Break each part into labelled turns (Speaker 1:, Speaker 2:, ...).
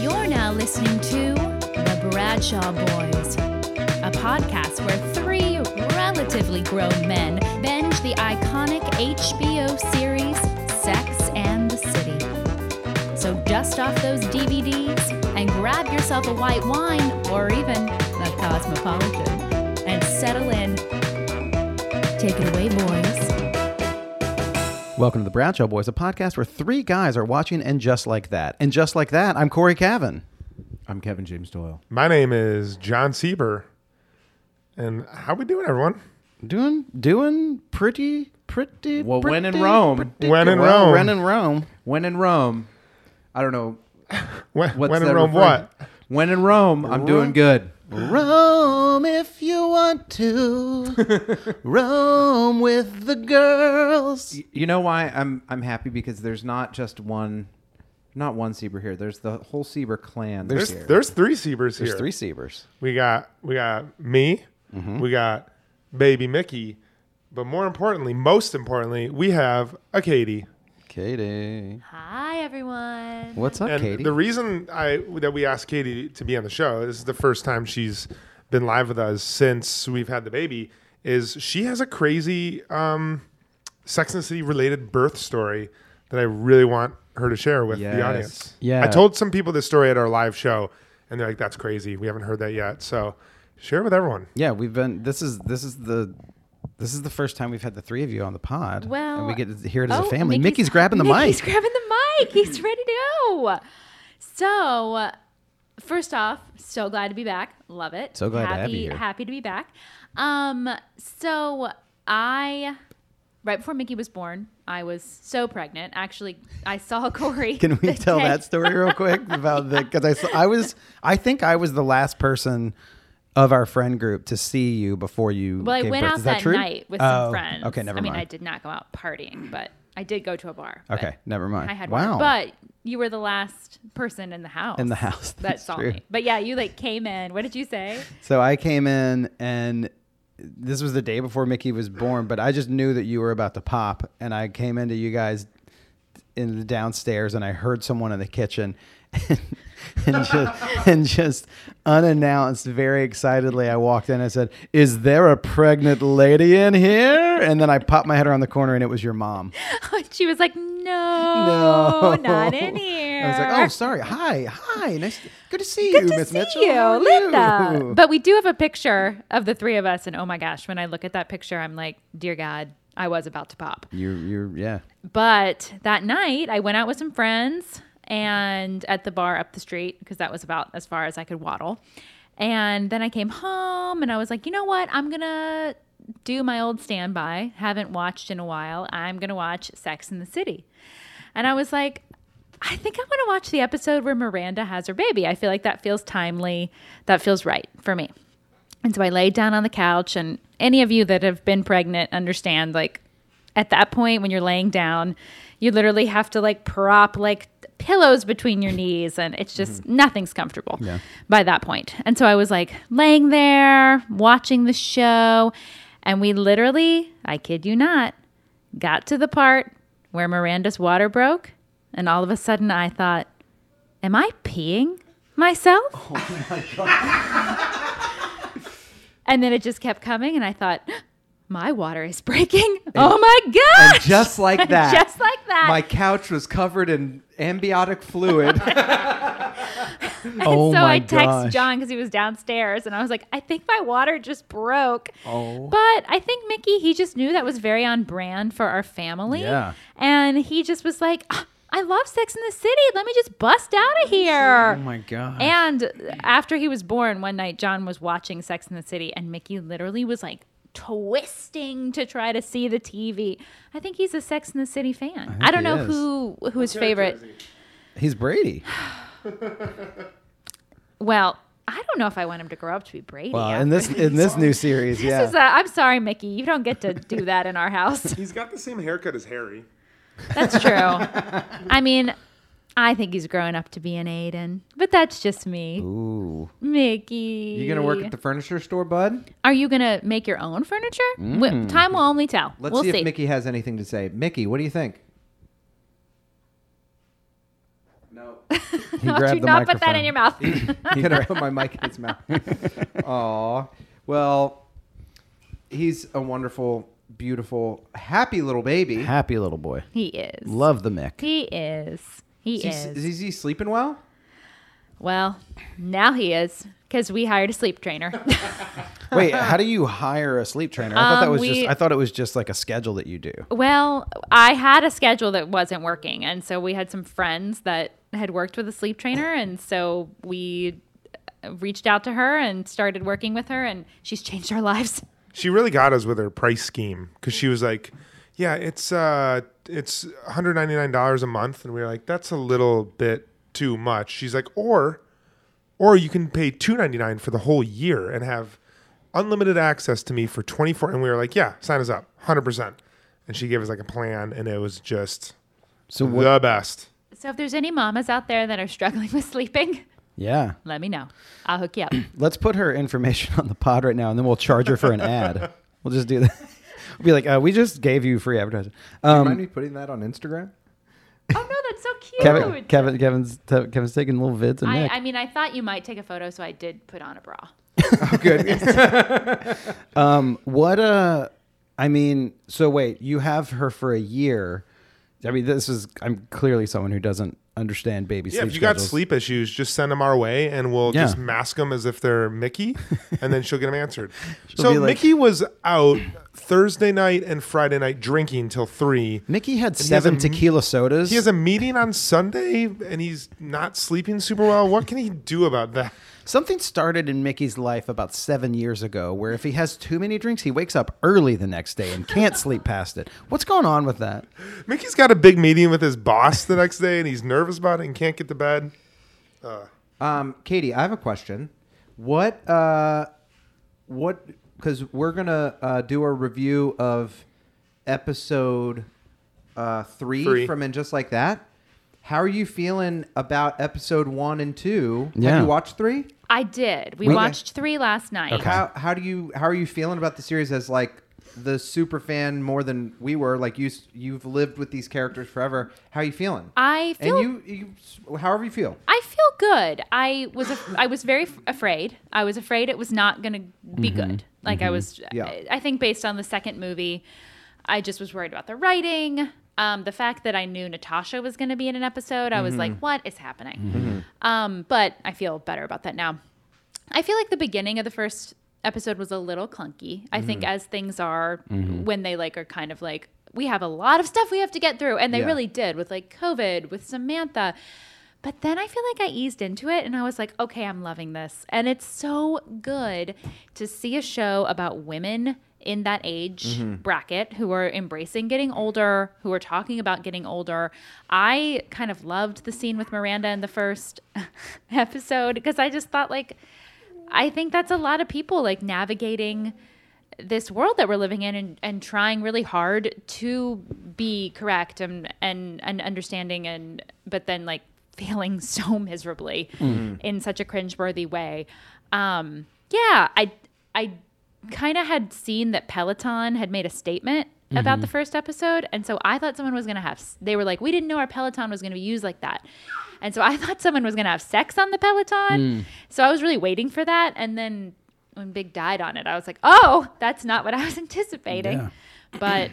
Speaker 1: You're now listening to The Bradshaw Boys, a podcast where three relatively grown men binge the iconic HBO series Sex and the City. So dust off those DVDs and grab yourself a white wine or even a cosmopolitan and settle in. Take it away, boys.
Speaker 2: Welcome to the Bradshaw Boys, a podcast where three guys are watching and just like that. And just like that, I'm Corey Cavan.
Speaker 3: I'm Kevin James Doyle.
Speaker 4: My name is John Sieber. And how we doing, everyone?
Speaker 2: Doing doing pretty pretty
Speaker 3: Well, when in
Speaker 2: pretty,
Speaker 3: Rome.
Speaker 2: pretty
Speaker 4: When
Speaker 2: good.
Speaker 4: in
Speaker 2: Well,
Speaker 4: Rome.
Speaker 2: When in Rome.
Speaker 3: When in Rome, I don't know
Speaker 4: When,
Speaker 3: what's
Speaker 4: when in
Speaker 3: that
Speaker 4: Rome,
Speaker 3: referring-
Speaker 4: what?
Speaker 3: When in Rome, I'm doing good.
Speaker 2: Rome if you want to. Rome with the girls.
Speaker 3: You know why I'm I'm happy because there's not just one, not one Sieber here. There's the whole Sieber clan.
Speaker 4: There's
Speaker 3: here.
Speaker 4: there's three Siebers
Speaker 3: There's
Speaker 4: here.
Speaker 3: three Mm-hmm. Siebers.
Speaker 4: We got we got me, we got baby Mickey, but more importantly, most importantly, we have a Katie.
Speaker 2: Katie.
Speaker 1: Hi, everyone.
Speaker 2: What's up,
Speaker 4: And
Speaker 2: Katie?
Speaker 4: the reason I that we asked Katie to be on the show, this is the first time she's been live with us since we've had the baby, is she has a crazy um, Sex and the City related birth story that I really want her to share with
Speaker 3: Yes.
Speaker 4: the audience.
Speaker 2: Yeah.
Speaker 4: I told some people this story at our live show, and they're like, "That's crazy. We haven't heard that yet." So share it with everyone.
Speaker 2: yeah, we've been this is this is the this is the first time we've had the three of you on the pod.
Speaker 1: Well,
Speaker 2: and we get to hear it as
Speaker 1: oh,
Speaker 2: a family. Mickey's, grabbing the
Speaker 1: Mickey's
Speaker 2: mic.
Speaker 1: grabbing the mic. He's ready to go. So, first off, so glad to be back. Love it.
Speaker 2: So glad to
Speaker 1: happy,
Speaker 2: have you here.
Speaker 1: Happy to be back. Um, so I, right before Mickey was born, I was so pregnant. Actually, I saw Corey.
Speaker 2: Can we
Speaker 1: the
Speaker 2: tell
Speaker 1: day-
Speaker 2: that story real quick about the because I saw- I was I think I was the last person of our friend group to see you before you.
Speaker 1: Well, I
Speaker 2: gave
Speaker 1: went
Speaker 2: birth.
Speaker 1: out
Speaker 2: Is
Speaker 1: that,
Speaker 2: true?
Speaker 1: night with some
Speaker 2: Oh,
Speaker 1: friends.
Speaker 2: Okay, never
Speaker 1: I mean,
Speaker 2: mind.
Speaker 1: I did not go out partying, but I did go to a bar. but
Speaker 2: Okay, never mind.
Speaker 1: I had
Speaker 2: wow.
Speaker 1: one. But you were the last person in the house.
Speaker 2: In the house,
Speaker 1: That
Speaker 2: that's
Speaker 1: saw
Speaker 2: true.
Speaker 1: me. But yeah, you like came in. What did you say?
Speaker 2: so I came in and this was the day before Mickey was born, but I just knew that you were about to pop, and I came into you guys in the downstairs, and I heard someone in the kitchen. And, just, and just unannounced, very excitedly, I walked in. I said, "Is there a pregnant lady in here?" And then I popped my head around the corner, and it was your mom.
Speaker 1: she was like, No, not in here.
Speaker 2: I was like, "Oh, sorry. Hi, hi. Nice, good to see you, Miss Mitchell.
Speaker 1: you,
Speaker 2: How are
Speaker 1: Linda.
Speaker 2: you?"
Speaker 1: But we do have a picture of the three of us, and oh my gosh, when I look at that picture, I'm like, dear God, I was about to pop.
Speaker 2: You're, you're, yeah.
Speaker 1: But that night, I went out with some friends and at the bar up the street because that was about as far as I could waddle. And then I came home and I was like, you know what? I'm going to do my old standby. Haven't watched in a while. I'm going to watch Sex in the City. And I was like, I think I want to watch the episode where Miranda has her baby. I feel like that feels timely. That feels right for me. And so I laid down on the couch. And any of you that have been pregnant understand, like, at that point when you're laying down, you literally have to like prop like pillows between your knees, and it's just nothing's comfortable by that point. And so I was like laying there, watching the show. And we literally, I kid you not, got to the part where Miranda's water broke, and all of a sudden I thought, Am I peeing myself? Oh my God. and then it just kept coming, and I thought, My water is breaking. oh my God.
Speaker 3: And just like that.
Speaker 1: just like that.
Speaker 3: My couch was covered in ambiotic fluid.
Speaker 2: oh
Speaker 1: so
Speaker 2: my
Speaker 1: I text
Speaker 2: gosh.
Speaker 1: John because he was downstairs, and I was like, I think my water just broke. Oh. But I think Mickey, he just knew that was very on brand for our family.
Speaker 2: Yeah.
Speaker 1: And he just was like, "Ah, I love Sex in the City. Let me just bust out of here.
Speaker 2: Oh my god.
Speaker 1: And after he was born, one night John was watching Sex in the City, and Mickey literally was like twisting to try to see the TV. I think he's a Sex in the City fan. I, don't
Speaker 2: he
Speaker 1: know
Speaker 2: is.
Speaker 1: who who his favorite.
Speaker 2: He's Brady.
Speaker 1: Well, I don't know if I want him to grow up to be Brady.
Speaker 2: Well, in this in this new series,
Speaker 1: This
Speaker 2: yeah.
Speaker 1: is a, I'm sorry, Mickey. You don't get to do that in our house.
Speaker 4: He's got the same haircut as Harry.
Speaker 1: That's true. I mean, I think he's growing up to be an Aiden, but that's just me.
Speaker 2: Ooh.
Speaker 1: Mickey.
Speaker 3: You gonna work at the furniture store, bud?
Speaker 1: Are you gonna make your own furniture? Wh- Time will only tell.
Speaker 3: Mm. Let's
Speaker 1: we'll
Speaker 3: see, if Mickey has anything to say. Mickey, what do you think? No.
Speaker 2: He
Speaker 1: Don't
Speaker 2: grabbed
Speaker 1: you
Speaker 2: the
Speaker 1: not
Speaker 2: microphone.
Speaker 1: put that in your mouth.
Speaker 3: He could have put my mic in his mouth. Aw. Well, he's a wonderful, beautiful, happy little baby.
Speaker 2: Happy little boy.
Speaker 1: he is.
Speaker 2: Love the Mick.
Speaker 1: He is. He
Speaker 3: Is he,
Speaker 1: is.
Speaker 3: is he sleeping well?
Speaker 1: well, now he is because we hired a sleep trainer.
Speaker 2: Wait, how do you hire a sleep trainer? I thought that
Speaker 1: Um,
Speaker 2: was
Speaker 1: we- Oh.
Speaker 2: just I thought it was just like a schedule that you do.
Speaker 1: well, I had a schedule that wasn't working, and so we had some friends that had worked with a sleep trainer, and so we uh, reached out to her and started working with her, and she's changed our lives.
Speaker 4: She really got us with her price scheme because she was like, "Yeah, it's uh, it's one hundred ninety nine dollars a month," and we were like, "That's a little bit too much." She's like, "Or, or you can pay two ninety nine for the whole year and have unlimited access to me for twenty four. And we were like, "Yeah, sign us up, hundred percent." And she gave us like a plan, and it was just
Speaker 2: So what
Speaker 4: the best.
Speaker 1: So if there's any mamas out there that are struggling with sleeping,
Speaker 2: Yeah.
Speaker 1: let me know. I'll hook you up. Oh,
Speaker 2: Let's put her information on the pod right now and then we'll charge her for an ad. We'll just do that. We'll be like, uh, we just gave you free advertising. Um,
Speaker 3: Mind me putting that on Instagram?
Speaker 1: oh no, that's so cute.
Speaker 2: Kevin, Kevin, Kevin's, Kevin's taking little vids of
Speaker 1: I,
Speaker 2: Mick.
Speaker 1: I mean, I thought you might take a photo, so I did put on a bra.
Speaker 2: What uh I mean, so wait, you have her for a year. I mean, this is I'm clearly someone who doesn't understand baby
Speaker 4: Yeah,
Speaker 2: sleep
Speaker 4: if you got
Speaker 2: schedules.
Speaker 4: sleep issues, just send them our way, and we'll
Speaker 2: Yeah.
Speaker 4: just mask them as if they're Mickey, and then she'll get them answered. so
Speaker 2: be like-
Speaker 4: Mickey was out Thursday night and Friday night drinking till three.
Speaker 2: Mickey had
Speaker 4: has
Speaker 2: seven
Speaker 4: a-
Speaker 2: tequila sodas.
Speaker 4: He has a meeting on Sunday, and he's not sleeping super well. What can he do about that?
Speaker 2: Something started in Mickey's life about seven years ago where if he has too many drinks, he wakes up early the next day and can't sleep past it. What's going on with that?
Speaker 4: Mickey's got a big meeting with his boss the next day, and he's nervous about it and can't get to bed.
Speaker 3: Um, Katie, I have a question. What, uh, what, because we're going to uh, do a review of episode uh, three,
Speaker 4: Three.
Speaker 3: from And Just Like That. How are you feeling about episode one and two?
Speaker 2: Yeah.
Speaker 3: Have you watched three?
Speaker 1: I did. We
Speaker 2: Really?
Speaker 1: watched three last night.
Speaker 2: Okay.
Speaker 3: How, how do you, how are you feeling about the series as like the super fan more than we were? Like you, s- you've lived with these characters forever. How are you feeling?
Speaker 1: I feel
Speaker 3: and you, you, s- however you feel.
Speaker 1: I feel good. I was af- I was very f- afraid. I was afraid it was not going to be good. Like I was.
Speaker 3: Yeah.
Speaker 1: I, I think based on the second movie, I just was worried about the writing. Um, the fact that I knew Natasha was going to be in an episode, I was like, "What is happening?" Um, but I feel better about that now. I feel like the beginning of the first episode was a little clunky. I think as things are when they like are kind of like we have a lot of stuff we have to get through and they
Speaker 3: Yeah.
Speaker 1: really did with like COVID, with Samantha. But then I feel like I eased into it and I was like, okay, I'm loving this. And it's so good to see a show about women in that age bracket who are embracing getting older, who are talking about getting older. I kind of loved the scene with Miranda in the first episode because I just thought, like, I think that's a lot of people like navigating this world that we're living in and, and trying really hard to be correct and, and and understanding and but then like failing so miserably in such a cringeworthy way. Um yeah, I I kind of had seen that Peloton had made a statement about the first episode and so I thought someone was going to have s- they were like we didn't know our Peloton was going to be used like that. And so I thought someone was going to have sex on the Peloton. So I was really waiting for that and then when Big died on it, I was like, "Oh, that's not what I was anticipating."
Speaker 2: Yeah.
Speaker 1: But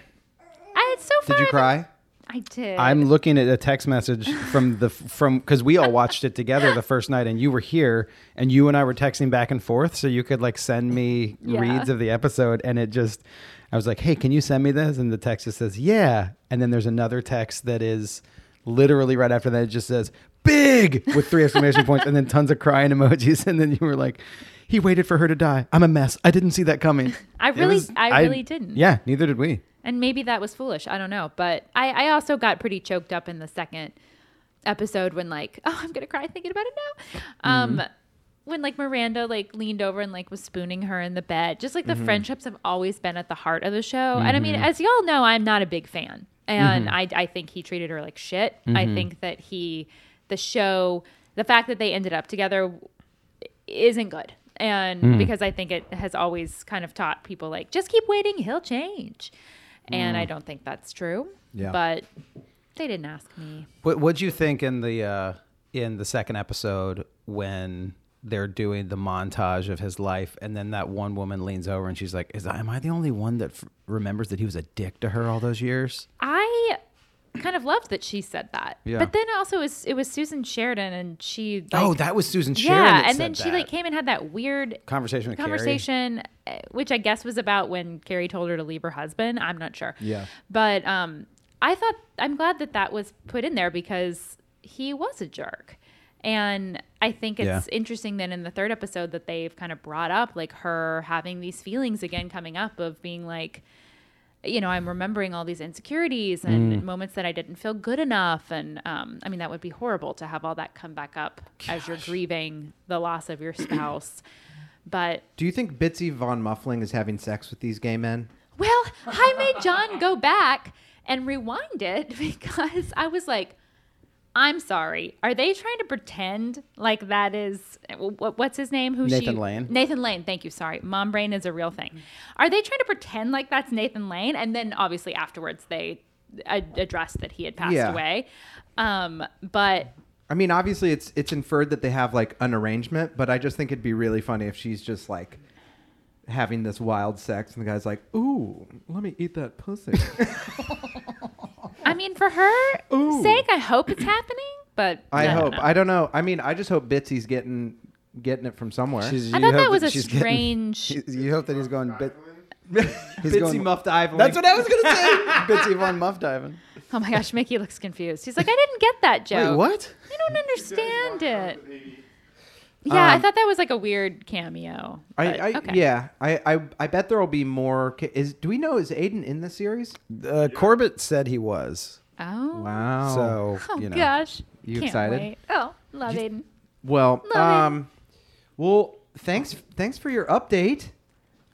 Speaker 1: I so far
Speaker 3: Did you
Speaker 1: I-
Speaker 3: cry?
Speaker 1: I did.
Speaker 2: I'm looking at a text message from the from because we all watched it together the first night, and you were here, and you and I were texting back and forth, so you could like send me
Speaker 1: Yeah.
Speaker 2: reads of the episode, and it just, I was like, hey, can you send me this? And the text just says, yeah, and then there's another text that is literally right after that, it just says big with three exclamation points and then tons of crying emojis. And then you were like, he waited for her to die. I'm a mess. I didn't see that coming.
Speaker 1: I
Speaker 2: It
Speaker 1: really- I really didn't.
Speaker 2: Yeah, neither did we.
Speaker 1: And maybe that was foolish. I don't know. But I, I also got pretty choked up in the second episode when like, oh, I'm gonna cry thinking about it now. Um when like Miranda like leaned over and like was spooning her in the bed. Just like the friendships have always been at the heart of the show. And I mean, as y'all know, I'm not a big fan. And I I think he treated her like shit. I think that he the show the fact that they ended up together isn't good. And
Speaker 2: Hmm.
Speaker 1: because I think it has always kind of taught people like just keep waiting, he'll change. And
Speaker 2: Hmm.
Speaker 1: I don't think that's true.
Speaker 3: Yeah.
Speaker 1: But they didn't ask me.
Speaker 2: What What'd you think in the uh, in the second episode when they're doing the montage of his life, and then that one woman leans over and she's like, "Is am I the only one that f- remembers that he was a dick to her all those years?"
Speaker 1: I kind of loved that she said that.
Speaker 2: Yeah.
Speaker 1: But then also it was, it was Susan Sheridan and she like,
Speaker 2: oh, that was Susan Sharon.
Speaker 1: Yeah,
Speaker 2: that
Speaker 1: and then
Speaker 2: said
Speaker 1: she like
Speaker 2: that.
Speaker 1: came and had that weird
Speaker 2: conversation with Carrie.
Speaker 1: conversation, uh, which I guess was about when Carrie told her to leave her husband. I'm not sure.
Speaker 3: Yeah.
Speaker 1: But um, I thought I'm glad that that was put in there because he was a jerk, and I think it's
Speaker 2: Yeah.
Speaker 1: interesting that in the third episode that they've kind of brought up like her having these feelings again coming up of being like. You know, I'm remembering all these insecurities and moments that I didn't feel good enough, and um, I mean that would be horrible to have all that come back up as you're grieving the loss of your spouse. But
Speaker 3: Do you think Bitsy von Muffling is having sex with these gay men?
Speaker 1: well, I made John go back and rewind it because I was like, I'm sorry. Are they trying to pretend like that is what, what's his name? Who
Speaker 2: Nathan
Speaker 1: she,
Speaker 2: Lane.
Speaker 1: Nathan Lane. Thank you. Sorry, mom brain is a real thing. Are they trying to pretend like that's Nathan Lane? And then obviously afterwards they ad- addressed that he had passed
Speaker 3: Yeah.
Speaker 1: away. Um, but
Speaker 3: I mean, obviously, it's it's inferred that they have like an arrangement, but I just think it'd be really funny if she's just like having this wild sex, and the guy's like, "Ooh, let me eat that pussy."
Speaker 1: I mean, for her
Speaker 3: Ooh.
Speaker 1: sake, I hope it's happening. But
Speaker 3: I
Speaker 1: don't
Speaker 3: hope.
Speaker 1: know.
Speaker 3: I don't know. I mean, I just hope Bitsy's getting getting it from somewhere.
Speaker 2: She's-
Speaker 1: I
Speaker 2: you
Speaker 1: thought that
Speaker 2: hope
Speaker 1: was a
Speaker 2: she's getting-
Speaker 1: strange-
Speaker 2: She- you hope that he's going bit.
Speaker 3: Bitsy Muff Diving.
Speaker 2: That's what I was gonna say. Bitsy von Muff Diving.
Speaker 1: Oh my gosh, Mickey looks confused. He's like, I didn't get that joke.
Speaker 2: Wait, what?
Speaker 1: I don't understand it. Yeah, I thought that was like a weird cameo.
Speaker 3: Um, I,
Speaker 1: but
Speaker 3: I
Speaker 1: okay.
Speaker 3: yeah. I, I I bet there will be more. ca- Is do we know is Aiden in the series?
Speaker 2: Uh, Corbett said he was.
Speaker 1: Oh.
Speaker 3: Wow.
Speaker 2: So
Speaker 1: Oh
Speaker 2: you know.
Speaker 1: gosh.
Speaker 3: You
Speaker 1: Can't
Speaker 3: excited?
Speaker 1: wait. Oh, love Aiden.
Speaker 3: Well,
Speaker 1: Love it.
Speaker 3: um, well, thanks, thanks for your update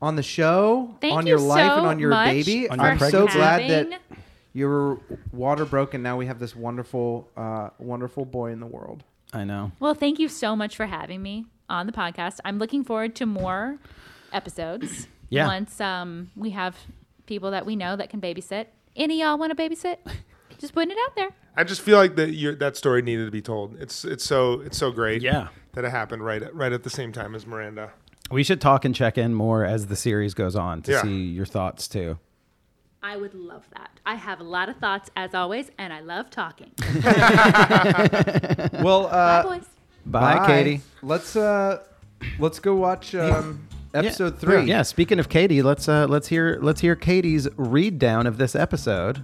Speaker 3: on the show,
Speaker 1: Thank
Speaker 3: on
Speaker 1: you
Speaker 3: your life, and
Speaker 1: so
Speaker 3: on your
Speaker 1: much
Speaker 3: baby.
Speaker 1: On
Speaker 2: your
Speaker 3: I'm so
Speaker 2: pregnancy.
Speaker 3: glad that
Speaker 1: having-
Speaker 3: you were water broke, and now we have this wonderful, uh, wonderful boy in the world.
Speaker 2: I know.
Speaker 1: Well, thank you so much for having me on the podcast. I'm looking forward to more episodes.
Speaker 2: Yeah.
Speaker 1: Once um we have people that we know that can babysit. Any of y'all want to babysit? Just putting it out there.
Speaker 4: I just feel like that your that story needed to be told. It's it's so it's so great.
Speaker 2: Yeah.
Speaker 4: That it happened right at, right at the same time as Miranda.
Speaker 2: We should talk and check in more as the series goes on to
Speaker 4: Yeah.
Speaker 2: see your thoughts too.
Speaker 1: I would love that. I have a lot of thoughts as always, and I love talking.
Speaker 3: Well,
Speaker 1: Bye,
Speaker 3: uh,
Speaker 1: boys.
Speaker 2: Bye,
Speaker 3: bye.
Speaker 2: Katie.
Speaker 3: Let's uh, let's go watch um, episode
Speaker 2: yeah.
Speaker 3: three.
Speaker 2: Yeah. Speaking of Katie, let's uh, let's hear let's hear Katie's read down of this episode.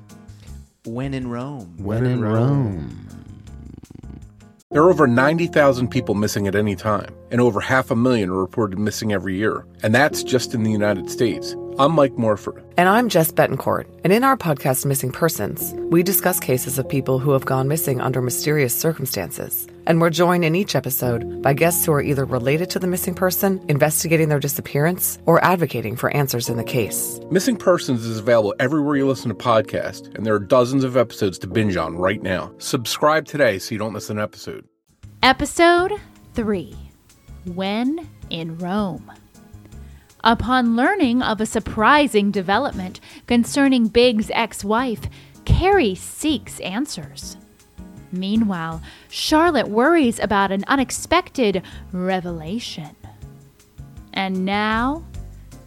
Speaker 3: When in Rome.
Speaker 2: When in Rome.
Speaker 5: There are over 90,000 people missing at any time, and over half a million are reported missing every year. And that's just in the United States. I'm Mike Morford.
Speaker 6: And I'm Jess Betancourt. And in our podcast, Missing Persons, we discuss cases of people who have gone missing under mysterious circumstances. And we're joined in each episode by guests who are either related to the missing person, investigating their disappearance, or advocating for answers in the case.
Speaker 5: Missing Persons is available everywhere you listen to podcasts, and there are dozens of episodes to binge on right now. Subscribe today so you don't miss an episode.
Speaker 1: Episode 3 When in Rome. Upon learning of a surprising development concerning Big's ex wife, Carrie seeks answers. Meanwhile, Charlotte worries about an unexpected revelation. And now,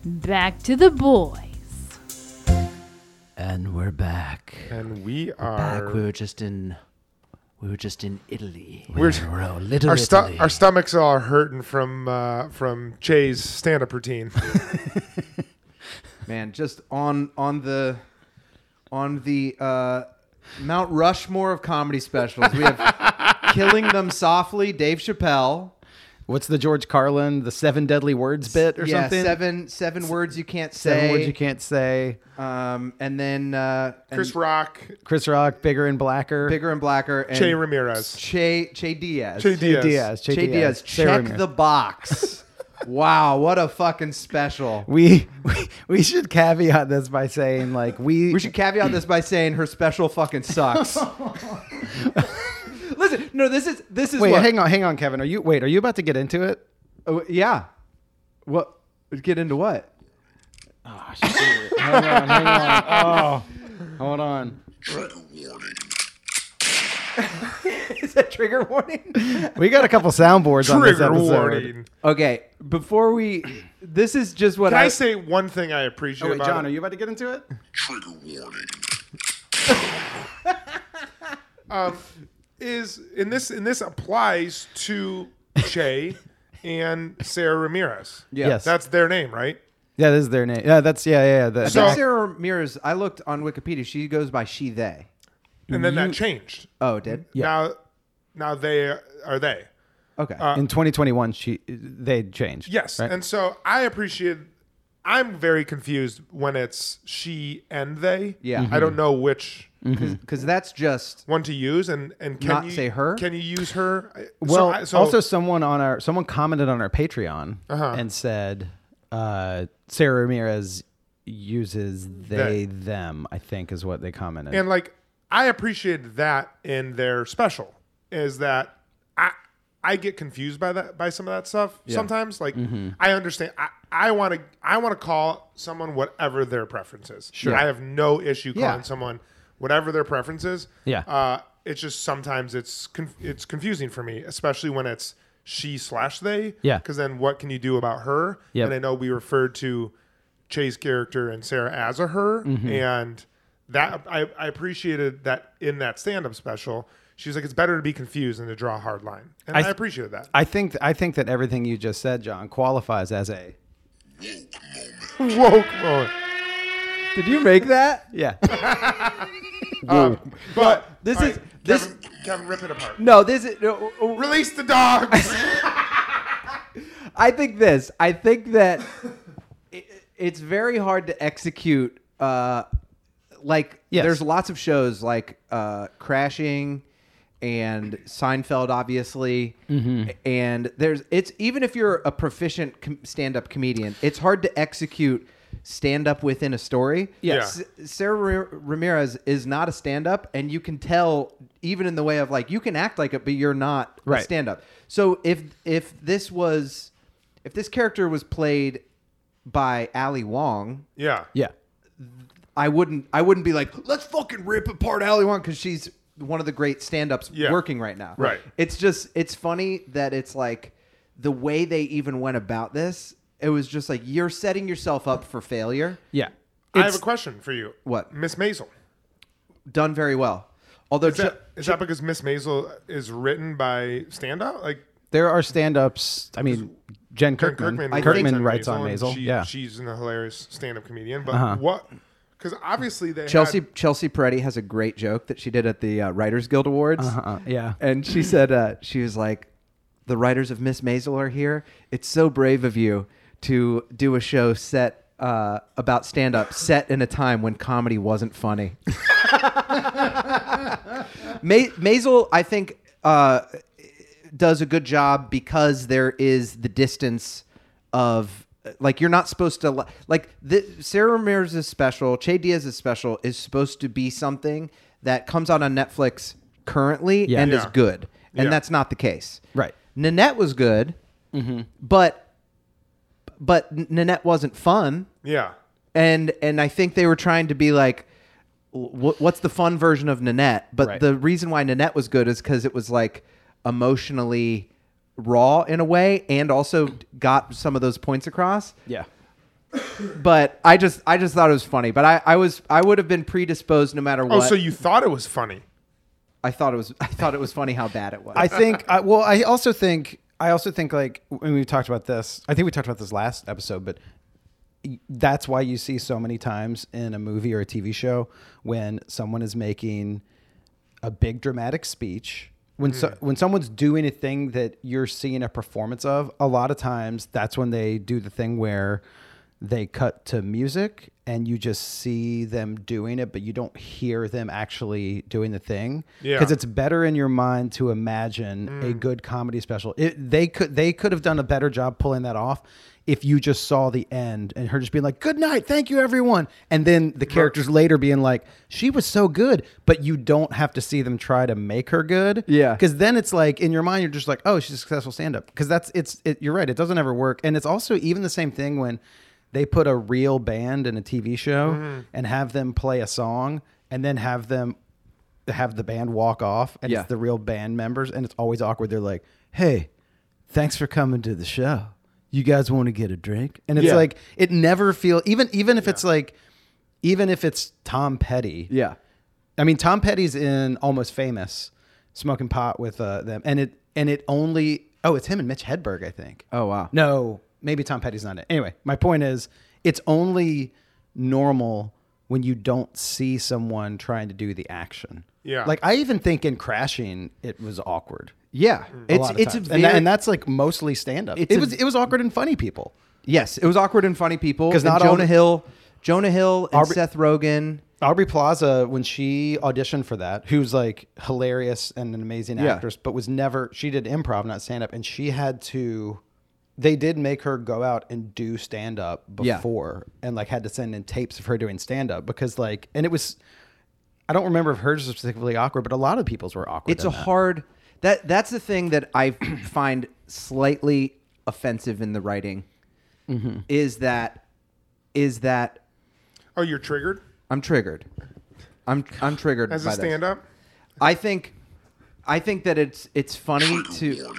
Speaker 1: back to the boys.
Speaker 2: And we're back.
Speaker 4: And we are
Speaker 3: were just in, we were just in Italy.
Speaker 4: we're
Speaker 2: Oh, Little
Speaker 4: our, sto- our stomachs are hurting from uh, from Che's stand up routine.
Speaker 3: Man, just on on the on the uh, Mount Rushmore of comedy specials. We have Killing Them Softly, Dave Chappelle.
Speaker 2: What's the George Carlin, the seven deadly words bit or
Speaker 3: yeah,
Speaker 2: something?
Speaker 3: seven seven words you can't say.
Speaker 2: Seven words you can't say.
Speaker 3: Um, and then uh, and
Speaker 4: Chris Rock,
Speaker 2: Chris Rock, bigger and blacker.
Speaker 3: bigger and blacker. And
Speaker 4: Che Ramirez,
Speaker 3: Che Che Diaz.
Speaker 4: Che Diaz.
Speaker 2: Diaz.
Speaker 3: Che Diaz.
Speaker 2: Sarah
Speaker 3: Check
Speaker 2: Ramirez.
Speaker 3: the box. wow, what a fucking special.
Speaker 2: We, we we should caveat this by saying like we,
Speaker 3: We should caveat this by saying her special fucking sucks. Listen, no, this is this is
Speaker 2: wait
Speaker 3: what,
Speaker 2: hang on hang on Kevin are you wait are you about to get into it
Speaker 3: Oh, yeah. What? Get into what?
Speaker 2: hold on
Speaker 3: Is that trigger warning?
Speaker 2: we got a couple soundboards on this
Speaker 4: trigger
Speaker 2: episode
Speaker 4: warning.
Speaker 3: okay, before we, this is just what
Speaker 4: Can
Speaker 3: I,
Speaker 4: I say one thing I appreciate
Speaker 2: oh wait
Speaker 4: about
Speaker 2: John
Speaker 4: it?
Speaker 2: are you about to get into it
Speaker 4: is and this and this applies to Che and Sarah Ramirez.
Speaker 3: Yeah.
Speaker 2: yes
Speaker 4: That's their name, right?
Speaker 2: yeah this is their name yeah that's yeah yeah, yeah the-
Speaker 4: So-
Speaker 3: Sarah Ramirez. I looked on Wikipedia. She goes by she they.
Speaker 4: And then that changed.
Speaker 3: Oh, it did
Speaker 4: Now now they are they.
Speaker 3: okay.
Speaker 2: in 2021 she they changed
Speaker 4: Yes.
Speaker 2: right?
Speaker 4: And so I appreciate I'm very confused when it's she and they.
Speaker 3: Yeah.
Speaker 4: I
Speaker 2: Mm-hmm.
Speaker 4: don't know which
Speaker 3: Because that's just
Speaker 4: one to use and and can
Speaker 3: Not
Speaker 4: you
Speaker 3: say her?
Speaker 4: Can you use her? I- so
Speaker 2: well
Speaker 4: I- so
Speaker 2: also someone on our someone commented on our Patreon and said uh, Sarah Ramirez uses they
Speaker 4: They.
Speaker 2: them I think is what they commented
Speaker 4: and like I appreciate that in their special is that I I get confused by that by some of that stuff sometimes. Like I understand I I want to I want to call someone whatever their preference is. Sure, I have no issue calling
Speaker 3: Yeah.
Speaker 4: someone whatever their preference is.
Speaker 2: Yeah.
Speaker 4: uh, it's just sometimes it's conf- it's confusing for me, especially when it's she slash they.
Speaker 2: Yeah.
Speaker 4: because then what can you do about her?
Speaker 2: Yep.
Speaker 4: and I know we referred to Che's character and Sarah as a her, and that I, I appreciated that in that stand-up special. She's like, it's better to be confused than to draw a hard line, and I,
Speaker 2: th-
Speaker 4: appreciated that.
Speaker 2: I think I think that everything you just said, John, qualifies as a
Speaker 4: Woke moment.
Speaker 3: Did you make that?
Speaker 2: yeah.
Speaker 4: But
Speaker 3: this
Speaker 4: all
Speaker 3: is- this-
Speaker 4: Kevin, Kevin, rip it apart.
Speaker 3: No, this is. no, oh, oh,
Speaker 4: Release the dogs.
Speaker 3: I think this. I think that i it's very hard to execute. Uh, like
Speaker 2: Yes.
Speaker 3: there's lots of shows like uh, Crashing and Seinfeld, obviously, and there's it's even if you're a proficient com- stand-up comedian, it's hard to execute stand-up within a story.
Speaker 4: Yes.
Speaker 3: S- Sarah Ra- Ramirez is not a stand-up, and you can tell even in the way of like you can act like it, but you're not
Speaker 2: Right.
Speaker 3: stand up. So if if this was if this character was played by Ali Wong,
Speaker 4: yeah,
Speaker 2: Yeah.
Speaker 3: I wouldn't I wouldn't be like, let's fucking rip apart Ali Wong because she's one of the great stand ups
Speaker 4: Yeah.
Speaker 3: working right now.
Speaker 4: Right.
Speaker 3: It's just it's funny that it's like the way they even went about this, it was just like you're setting yourself up for failure.
Speaker 2: Yeah.
Speaker 4: I have a question for you.
Speaker 3: What?
Speaker 4: Miss Maisel?
Speaker 3: Done very well. Although
Speaker 4: Is that,
Speaker 3: Ch-
Speaker 4: is that because Miss Maisel is written by standout? Like
Speaker 2: There are stand ups I mean Jen Kirkman.
Speaker 4: Kirkman,
Speaker 2: Kirkman, writes on
Speaker 4: and
Speaker 2: Maisel.
Speaker 4: she-
Speaker 2: yeah.
Speaker 4: she's a hilarious stand-up comedian. But what? Because obviously they
Speaker 3: Uh-huh. Chelsea
Speaker 4: had-
Speaker 3: Chelsea Peretti has a great joke that she did at the uh, Writers Guild Awards.
Speaker 2: Uh, yeah.
Speaker 3: And she said, uh, she was like, the writers of Miss Maisel are here. It's so brave of you to do a show set uh, about stand up, set in a time when comedy wasn't funny. Ma- Maisel, I think, uh, does a good job because there is the distance of. Like you're not supposed to li- like the, Sarah Ramirez's special, Che Diaz's special is supposed to be something that comes out on Netflix currently
Speaker 2: Yeah.
Speaker 3: and is
Speaker 4: Yeah.
Speaker 3: good, and
Speaker 4: Yeah.
Speaker 3: that's not the case.
Speaker 2: Right. Mm-hmm.
Speaker 3: Nanette was good, but but Nanette wasn't fun
Speaker 4: yeah.
Speaker 3: and and I think they were trying to be like, wh- what's the fun version of Nanette? But
Speaker 2: Right.
Speaker 3: the reason why Nanette was good is because it was like emotionally raw in a way, and also got some of those points across.
Speaker 2: Yeah.
Speaker 3: But I just I just thought it was funny. But I I was I would have been predisposed no matter
Speaker 4: Oh,
Speaker 3: what.
Speaker 4: so you thought it was funny?
Speaker 3: I thought it was I thought it was funny how bad it was.
Speaker 2: I think I, well I also think I also think like when we talked about this, I think we talked about this last episode, but that's why you see so many times in a movie or a TV show when someone is making a big dramatic speech. When so, when someone's doing a thing that you're seeing a performance of, a lot of times that's when they do the thing where they cut to music and you just see them doing it, but you don't hear them actually doing the thing.
Speaker 4: Yeah.
Speaker 2: Because it's better in your mind to imagine a good comedy special. It, they could they could have done a better job pulling that off if you just saw the end and her just being like, "Good night, thank you, everyone," and then the characters later being like, "She was so good," but you don't have to see them try to make her good.
Speaker 3: Yeah.
Speaker 2: because then it's like in your mind you're just like, "Oh, she's a successful stand-up." Because that's it's it, you're right. It doesn't ever work, and it's also even the same thing when they put a real band in a TV show and have them play a song and then have them have the band walk off and
Speaker 3: Yeah.
Speaker 2: it's the real band members and it's always awkward. They're like, "Hey, thanks for coming to the show. You guys want to get a drink?" And it's
Speaker 3: Yeah.
Speaker 2: like it never feel even even if it's like even if it's Tom Petty.
Speaker 3: Yeah.
Speaker 2: I mean, Tom Petty's in Almost Famous, smoking pot with uh, them, and it and it only oh, it's him and Mitch Hedberg, I think.
Speaker 3: Oh, wow.
Speaker 2: No, maybe Tom Petty's not it. Anyway, my point is, it's only normal when you don't see someone trying to do the action.
Speaker 4: Yeah.
Speaker 2: Like I even think in Crashing, it was awkward.
Speaker 3: Yeah.
Speaker 2: a
Speaker 3: It's
Speaker 2: lot of
Speaker 3: it's a
Speaker 2: times.
Speaker 3: very,
Speaker 2: and, that- and that's like mostly stand up. It
Speaker 3: It's a-
Speaker 2: was it was awkward and funny people.
Speaker 3: yes, it was awkward and funny people
Speaker 2: 'Cause
Speaker 3: And
Speaker 2: not all
Speaker 3: Jonah
Speaker 2: the-
Speaker 3: Hill, Jonah Hill and
Speaker 2: Aubrey-
Speaker 3: Seth Rogen.
Speaker 2: Aubrey Plaza, when she auditioned for that, who's like hilarious and an amazing
Speaker 3: Yeah.
Speaker 2: actress, but was never, she did improv, not stand up. And she had to, they did make her go out and do stand up
Speaker 3: Yeah.
Speaker 2: before and like had to send in tapes of her doing stand up because like, and it was, I don't remember if hers was particularly awkward, but a lot of people's were awkward.
Speaker 3: It's
Speaker 2: in
Speaker 3: a
Speaker 2: that.
Speaker 3: hard that that's the thing that I find slightly offensive in the writing is that is that
Speaker 4: Oh, you're triggered
Speaker 3: I'm triggered. I'm I'm triggered
Speaker 4: as
Speaker 3: by
Speaker 4: a
Speaker 3: this.
Speaker 4: stand up?
Speaker 3: I think I think that it's it's funny to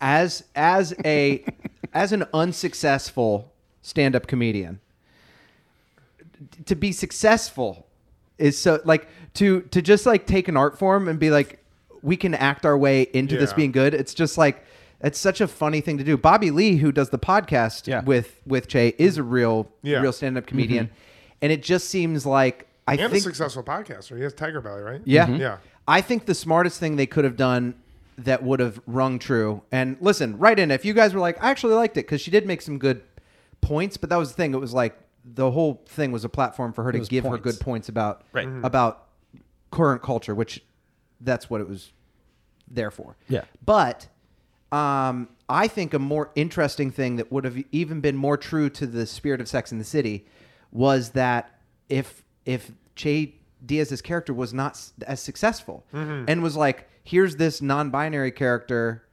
Speaker 3: as as a as an unsuccessful stand-up comedian t- to be successful is so like to to just like take an art form and be like we can act our way into this
Speaker 4: Yeah.
Speaker 3: being good it's just like it's such a funny thing to do bobby lee who does the podcast
Speaker 2: Yeah.
Speaker 3: with with che is a real
Speaker 4: Yeah. Mm-hmm.
Speaker 3: real stand-up comedian and it just seems like i
Speaker 4: And a
Speaker 3: think
Speaker 4: successful podcaster. He has Tiger Belly, right? Mm-hmm.
Speaker 3: yeah.
Speaker 2: Mm-hmm.
Speaker 4: Yeah.
Speaker 3: I think the smartest thing they could have done that would have rung true. And listen, right in if you guys were like, I actually liked it because she did make some good points, but that was the thing. It was like the whole thing was a platform for her to
Speaker 2: was
Speaker 3: give
Speaker 2: points.
Speaker 3: her good points about about current culture, which that's what it was there for.
Speaker 2: Yeah.
Speaker 3: But um, I think a more interesting thing that would have even been more true to the spirit of Sex in the City was that if if Che Diaz's character was not s- as successful and was like, here's this non-binary character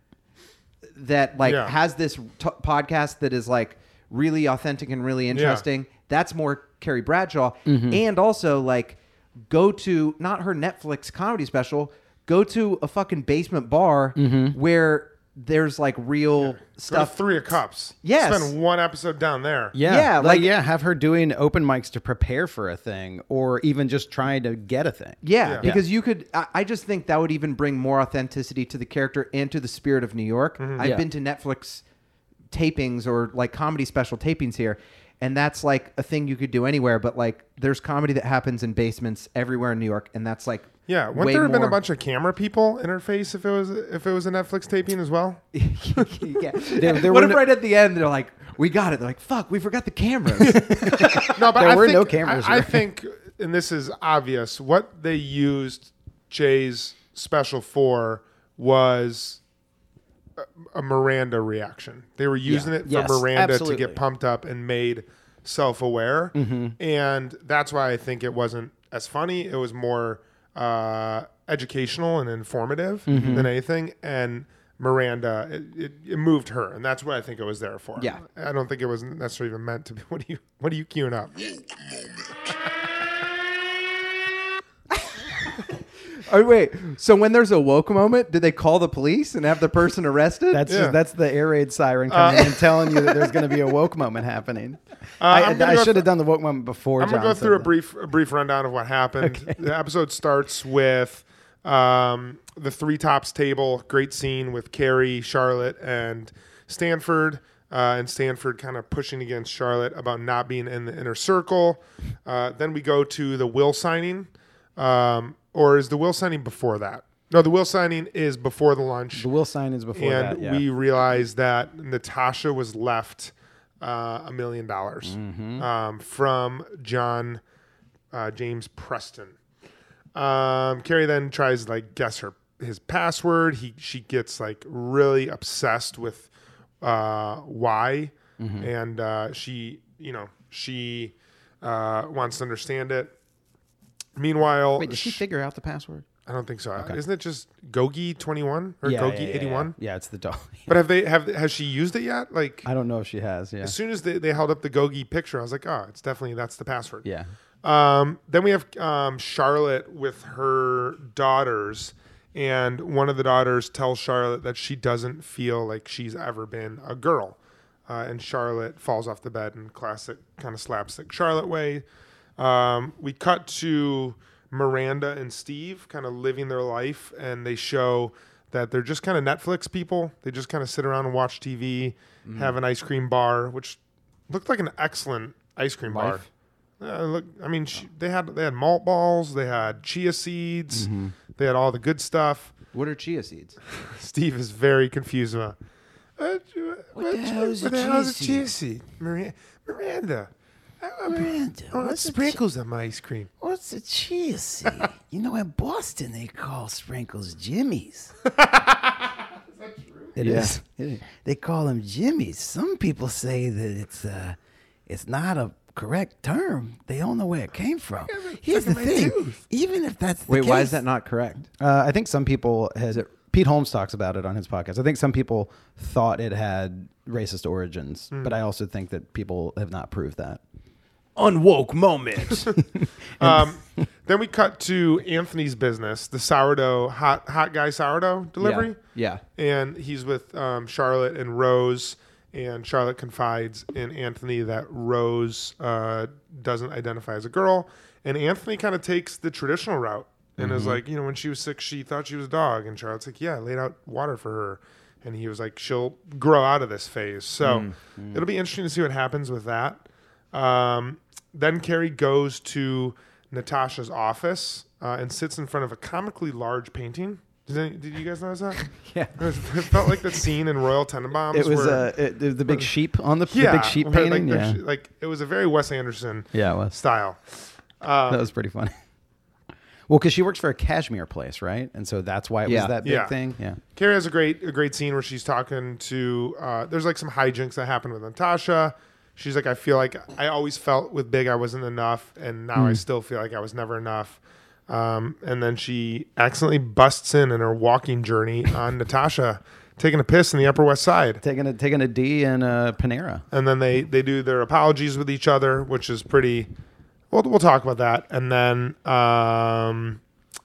Speaker 3: that like
Speaker 4: Yeah.
Speaker 3: has this t- podcast that is like really authentic and really interesting. That's more Carrie Bradshaw, and also like go to not her Netflix comedy special. Go to a fucking basement bar where there's like
Speaker 4: Go
Speaker 3: real
Speaker 4: to
Speaker 3: stuff.
Speaker 4: Three of Cups.
Speaker 3: Yes.
Speaker 4: Spend one episode down there.
Speaker 2: Yeah.
Speaker 3: Yeah,
Speaker 2: Like,
Speaker 3: like-
Speaker 2: yeah, have her doing open mics to prepare for a thing or even just trying to get a thing.
Speaker 3: Yeah,
Speaker 4: Yeah.
Speaker 3: because you could. I, I just think that would even bring more authenticity to the character and to the spirit of New York. I've
Speaker 4: Mm-hmm.
Speaker 2: Yeah.
Speaker 3: been to Netflix tapings or like comedy special tapings here, and that's like a thing you could do anywhere. But like, there's comedy that happens in basements everywhere in New York, and that's like
Speaker 4: Yeah. Wouldn't
Speaker 3: way
Speaker 4: there have been a
Speaker 3: more-
Speaker 4: bunch of camera people in her face if it was if it was a Netflix taping as well?
Speaker 3: yeah.
Speaker 2: there
Speaker 3: what
Speaker 2: were
Speaker 3: if
Speaker 2: no-
Speaker 3: right at the end they're like, "We got it." They're like, "Fuck, we forgot the cameras."
Speaker 4: No, but
Speaker 2: There
Speaker 4: I
Speaker 2: were
Speaker 4: think,
Speaker 2: no cameras
Speaker 4: I, I
Speaker 2: there.
Speaker 4: think, and this is obvious, what they used Jay's special for was a- a Miranda reaction. They were using it for
Speaker 2: Yes,
Speaker 4: Miranda to
Speaker 2: absolutely. Mm-hmm.
Speaker 4: get pumped up and made self aware. And that's why I think it wasn't as funny. It was more uh, educational and informative
Speaker 2: Mm-hmm.
Speaker 4: than anything. And Miranda, it, it, it moved her, and that's what I think it was there for.
Speaker 3: Yeah.
Speaker 4: I don't think it was necessarily even meant to be. What are you? What are you queuing up?
Speaker 3: oh wait, so when there's a woke moment, do they call the police and have the person arrested?
Speaker 2: That's
Speaker 4: Yeah.
Speaker 2: that's the air raid siren
Speaker 3: Uh,
Speaker 2: coming in, telling you that there's going to be a woke moment happening. I,
Speaker 4: I'm gonna
Speaker 2: I
Speaker 4: go
Speaker 2: should
Speaker 4: through-
Speaker 2: have done the woke moment before.
Speaker 4: I'm gonna
Speaker 2: John
Speaker 4: go
Speaker 2: said
Speaker 4: through a
Speaker 2: that.
Speaker 4: brief a brief rundown of what happened. The episode starts with um, the three tops table, great scene with Carrie, Charlotte, and Stanford, uh, and Stanford kind of pushing against Charlotte about not being in the inner circle. Uh, then we go to the will signing. um, or is the will signing before that? No, the will signing is before the lunch.
Speaker 2: The will sign is before
Speaker 4: and
Speaker 2: that. Yeah.
Speaker 4: we realized that Natasha was left uh, a million dollars
Speaker 2: Mm-hmm.
Speaker 4: um, from John uh, James Preston. Um, Carrie then tries to, like guess her his password. He she gets like really obsessed with uh, why,
Speaker 2: Mm-hmm.
Speaker 4: and uh, she you know she uh, wants to understand it. Meanwhile,
Speaker 2: Wait, did she
Speaker 4: sh-
Speaker 2: figure out the password?
Speaker 4: I don't think so. Isn't it just Gogi twenty one or Gogi eighty one?
Speaker 2: Yeah, it's the dog.
Speaker 4: But have they have has she used it yet? Like
Speaker 2: I don't know if she has. Yeah.
Speaker 4: as soon as they, they held up the Gogi picture, I was like, oh, it's definitely that's the password.
Speaker 2: Yeah.
Speaker 4: Um, then we have um, Charlotte with her daughters, and one of the daughters tells Charlotte that she doesn't feel like she's ever been a girl, uh, and Charlotte falls off the bed in classic kind of slapstick Charlotte way. Um, we cut to Miranda and Steve kind of living their life, and they show that they're just kind of Netflix people. They just kind of sit around and watch TV, have an ice cream bar, which looked like an excellent ice cream bar. Uh, look, I mean, she, they had they had malt balls, they had chia seeds, they had all the good stuff.
Speaker 3: What are chia seeds?
Speaker 4: Steve is very confused about. Uh, what the
Speaker 3: hell is a chia seed?
Speaker 4: seed? Miranda, Miranda, Uh, I want, I want sprinkles on my ice cream.
Speaker 7: What's a chia seed? you know, in Boston they call sprinkles jimmies. It is. It is. They call them jimmies. Some people say that it's uh, it's not a correct term. They don't know where it came from. Here's the thing. Even if that's the
Speaker 3: Wait, why is
Speaker 7: case-
Speaker 3: that not correct?
Speaker 2: Uh, I think some people has it. Pete Holmes talks about it on his podcast. I think some people thought it had racist origins,
Speaker 4: Hmm.
Speaker 2: but I also think that people have not proved that.
Speaker 7: unwoke moment?
Speaker 4: Um, then we cut to Anthony's business, the sourdough hot hot guy sourdough delivery.
Speaker 2: Yeah.
Speaker 4: and he's with um, Charlotte and Rose. And Charlotte confides in Anthony that Rose uh, doesn't identify as a girl, and Anthony kind of takes the traditional route and is like, you know, when she was six, she thought she was a dog, and Charlotte's like, yeah, I laid out water for her, and he was like, she'll grow out of this phase. So it'll be interesting to see what happens with that. Um, then Carrie goes to Natasha's office uh, and sits in front of a comically large painting. Did, any, did you guys notice that?
Speaker 2: Yeah.
Speaker 4: It, was- it felt like the scene in Royal Tenenbaums.
Speaker 2: It was
Speaker 4: where,
Speaker 2: uh, it, the big sheep on the, the
Speaker 4: yeah,
Speaker 2: big sheep
Speaker 4: where,
Speaker 2: painting.
Speaker 4: Like,
Speaker 2: yeah.
Speaker 4: the sh- like it was a very Wes Anderson
Speaker 2: Yeah, it was.
Speaker 4: style.
Speaker 2: that was pretty funny. Well, because she works for a cashmere place, right? And so that's why it
Speaker 3: Yeah.
Speaker 2: was that big
Speaker 4: Yeah.
Speaker 2: thing. Yeah.
Speaker 4: Carrie has a great a great scene where she's talking to. Uh, there's like some hijinks that happened with Natasha. She's like, I feel like I always felt with Big I wasn't enough, and now I still feel like I was never enough. Um, and then she accidentally busts in in her walking journey on Natasha taking a piss in the Upper West Side.
Speaker 2: Taking a taking a D and
Speaker 3: uh,
Speaker 2: a Panera.
Speaker 4: and then they they do their apologies with each other, which is pretty. We'll we'll talk about that, and then um,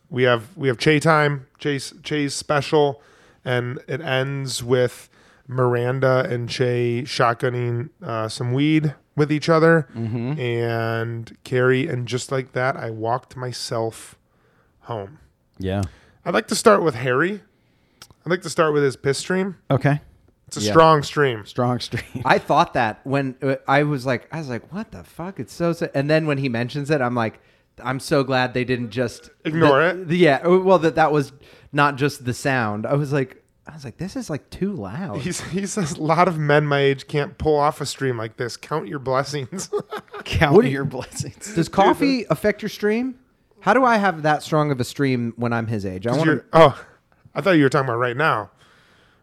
Speaker 4: we have we have Che time, Che's Che's special, and it ends with Miranda and Che shotgunning uh, some weed with each other, and Carrie, and just like that, I walked myself home.
Speaker 2: Yeah.
Speaker 4: I'd like to start with Harry. I'd like to start with his piss stream.
Speaker 2: Okay.
Speaker 4: It's a strong stream.
Speaker 2: Strong stream.
Speaker 3: I thought that when uh, I was like, I was like, what the fuck? It's so sad. And then when he mentions it, I'm like, I'm so glad they didn't just
Speaker 4: Ignore
Speaker 3: that-
Speaker 4: it?
Speaker 3: the- yeah. oh, Well, that that was not just the sound. I was like, I was like, this is like too loud.
Speaker 4: He's, he says a lot of men my age can't pull off a stream like this. Count your blessings.
Speaker 2: Count
Speaker 3: What do you-
Speaker 2: your blessings.
Speaker 3: Does coffee affect your stream? How do I have that strong of a stream when I'm his age? I
Speaker 4: You're-
Speaker 3: wonder.
Speaker 4: oh, I thought you were talking about right now.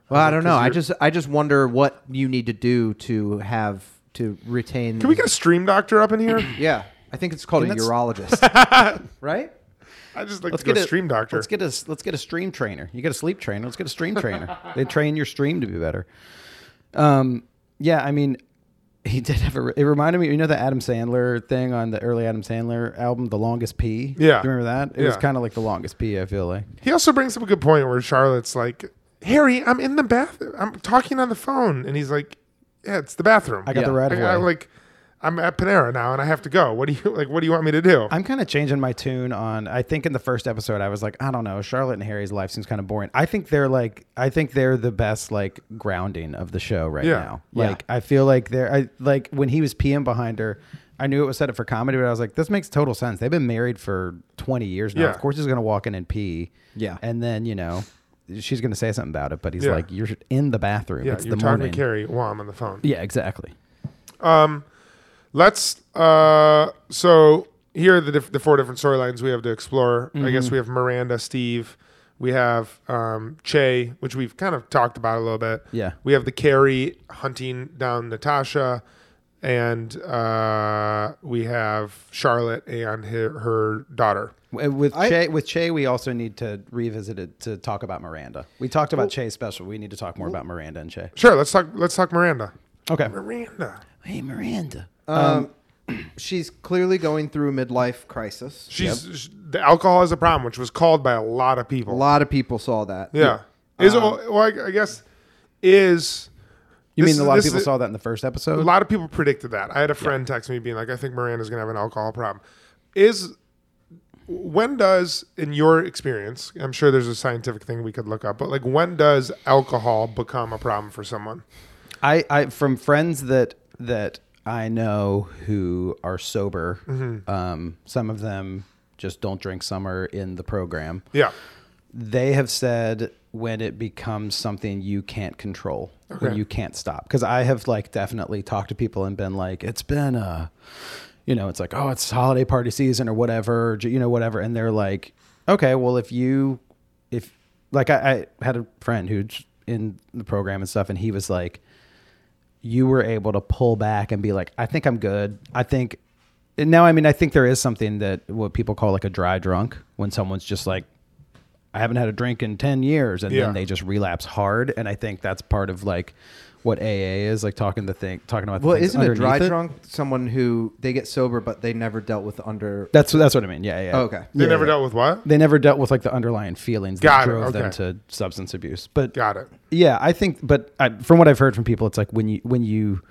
Speaker 3: Well, I don't know. I
Speaker 4: you're-
Speaker 3: just I just wonder what you need to do to have to retain.
Speaker 4: Can we get a stream doctor up in here?
Speaker 3: Yeah, I think it's called a
Speaker 2: that's-
Speaker 3: urologist, right?
Speaker 4: I just like to get a stream doctor.
Speaker 2: Let's get a let's get a stream trainer. You get a sleep trainer. Let's get a stream trainer. they train your stream to be better. Um, yeah, I mean, he did have a. It reminded me, you know, the Adam Sandler thing on the early Adam Sandler album, "The Longest P."
Speaker 4: Yeah.
Speaker 2: Do you remember that? It was
Speaker 4: Yeah.
Speaker 2: kind of like the longest P. I feel like.
Speaker 4: he also brings up a good point where Charlotte's like, Harry, I'm in the bathroom. I'm talking on the phone. And he's like, yeah, it's the bathroom.
Speaker 2: I got the
Speaker 4: Yeah.
Speaker 2: right of
Speaker 4: Like, I,
Speaker 2: way.
Speaker 4: like, I'm at Panera now and I have to go. What do you like? What do you want me to do?
Speaker 2: I'm kind of changing my tune on. I think in the first episode, I was like, I don't know, Charlotte and Harry's life seems kind of boring. I think they're like, I think they're the best like grounding of the show right
Speaker 4: Yeah.
Speaker 2: now. Like, I feel like they're, I like when he was peeing behind her. I knew it was set up for comedy, but I was like, this makes total sense. They've been married for 20 years now.
Speaker 4: Yeah.
Speaker 2: Of course, he's going to walk in and pee.
Speaker 3: Yeah.
Speaker 2: And then, you know, she's going to say something about it, but he's
Speaker 4: Yeah.
Speaker 2: like, you're in the bathroom.
Speaker 4: Yeah,
Speaker 2: it's
Speaker 4: you're
Speaker 2: the
Speaker 4: talking
Speaker 2: morning.
Speaker 4: to Carrie while I'm on the phone.
Speaker 2: Yeah, exactly.
Speaker 4: Let's. Uh, so here are the, diff- the four different storylines we have to explore. I guess we have Miranda, Steve. We have um, Che, which we've kind of talked about a little bit.
Speaker 2: Yeah.
Speaker 4: We have the Carrie hunting down Natasha, and uh, we have Charlotte and her, her daughter.
Speaker 2: W- With Che, with Che, we also need to revisit it to talk about Miranda. We talked about Che's special. We need to talk more about Miranda and Che.
Speaker 4: Sure. Let's talk. Let's talk Miranda.
Speaker 2: Okay.
Speaker 4: Miranda.
Speaker 7: Hey, Miranda.
Speaker 3: She's clearly going through a midlife crisis.
Speaker 4: She's sh the alcohol is a problem, which was called by a lot of
Speaker 3: A
Speaker 4: people.
Speaker 3: lot of people saw that.
Speaker 4: Yeah. Is well, I, I guess is
Speaker 2: Um, You
Speaker 4: This
Speaker 2: mean
Speaker 4: is-
Speaker 2: a lot of
Speaker 4: this
Speaker 2: people
Speaker 4: is-
Speaker 2: saw that in the first episode?
Speaker 4: a lot of people predicted that. I had a friend text me being like, "I think Miranda's gonna have an alcohol problem." Is when does, in your experience, I'm sure there's a scientific thing we could look up, but like when does alcohol become a problem for someone?
Speaker 2: I, I from friends that that I know who are sober.
Speaker 4: Mm-hmm.
Speaker 2: Um, some of them just don't drink. Some are in the program.
Speaker 4: Yeah,
Speaker 2: They have said when it becomes something you can't control, when
Speaker 4: Okay.
Speaker 2: you can't stop. Because I have like definitely talked to people and been like, it's been a, you know, it's like oh, it's holiday party season or whatever, or, you know, whatever, and they're like, okay, well if you if like I, I had a friend who's in the program and stuff, and he was like you were able to pull back and be like, I think I'm good. I think and now, I mean, I think there is something that what people call like a dry drunk when someone's just like, I haven't had a drink in 10 years. And
Speaker 4: Yeah.
Speaker 2: then they just relapse hard. And I think that's part of like what AA is like talking the thing, talking about. the
Speaker 3: Well,
Speaker 2: things
Speaker 3: isn't a dry
Speaker 2: underneath it.
Speaker 3: drunk someone who they get sober but they never dealt with under?
Speaker 2: That's, that's what I mean. Yeah. Yeah.
Speaker 3: Oh, okay.
Speaker 4: they never dealt with what?
Speaker 2: They never dealt with like the underlying feelings
Speaker 4: Got
Speaker 2: that
Speaker 4: it,
Speaker 2: drove them
Speaker 4: okay.
Speaker 2: to substance abuse. But
Speaker 4: Got it.
Speaker 2: yeah, I think, but I, from what I've heard from people, it's like when you, when you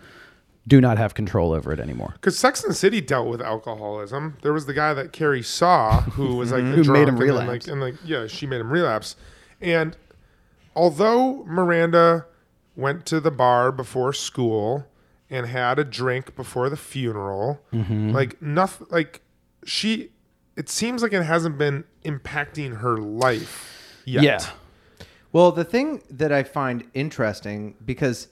Speaker 2: do not have control over it anymore.
Speaker 4: Because Sex and the City dealt with alcoholism. There was the guy that Carrie saw who was like a
Speaker 2: Who
Speaker 4: drunk
Speaker 2: made him
Speaker 4: and then,
Speaker 2: relapse.
Speaker 4: like- and like yeah, she made him relapse. And although Miranda went to the bar before school and had a drink before the funeral,
Speaker 2: Mm-hmm.
Speaker 4: like nothing, like she, it seems like it hasn't been impacting her life yet.
Speaker 2: Yeah.
Speaker 3: Well, the thing that I find interesting because,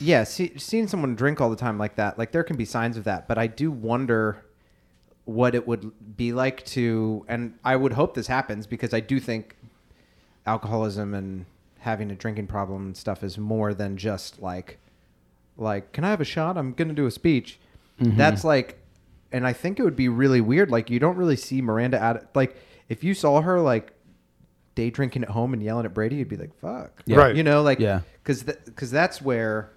Speaker 3: yeah, see, seeing someone drink all the time like that, like there can be signs of that, but I do wonder what it would be like to, and I would hope this happens because I do think alcoholism and having a drinking problem and stuff is more than just like, like, can I have a shot? I'm gonna do a speech.
Speaker 2: Mm-hmm.
Speaker 3: That's like, and I think it would be really weird. Like, you don't really see Miranda at like if you saw her like day drinking at home and yelling at Brady, you'd be like, "Fuck,"
Speaker 2: Yeah.
Speaker 4: Right.
Speaker 3: You know, like,
Speaker 2: Yeah.
Speaker 3: because because that's where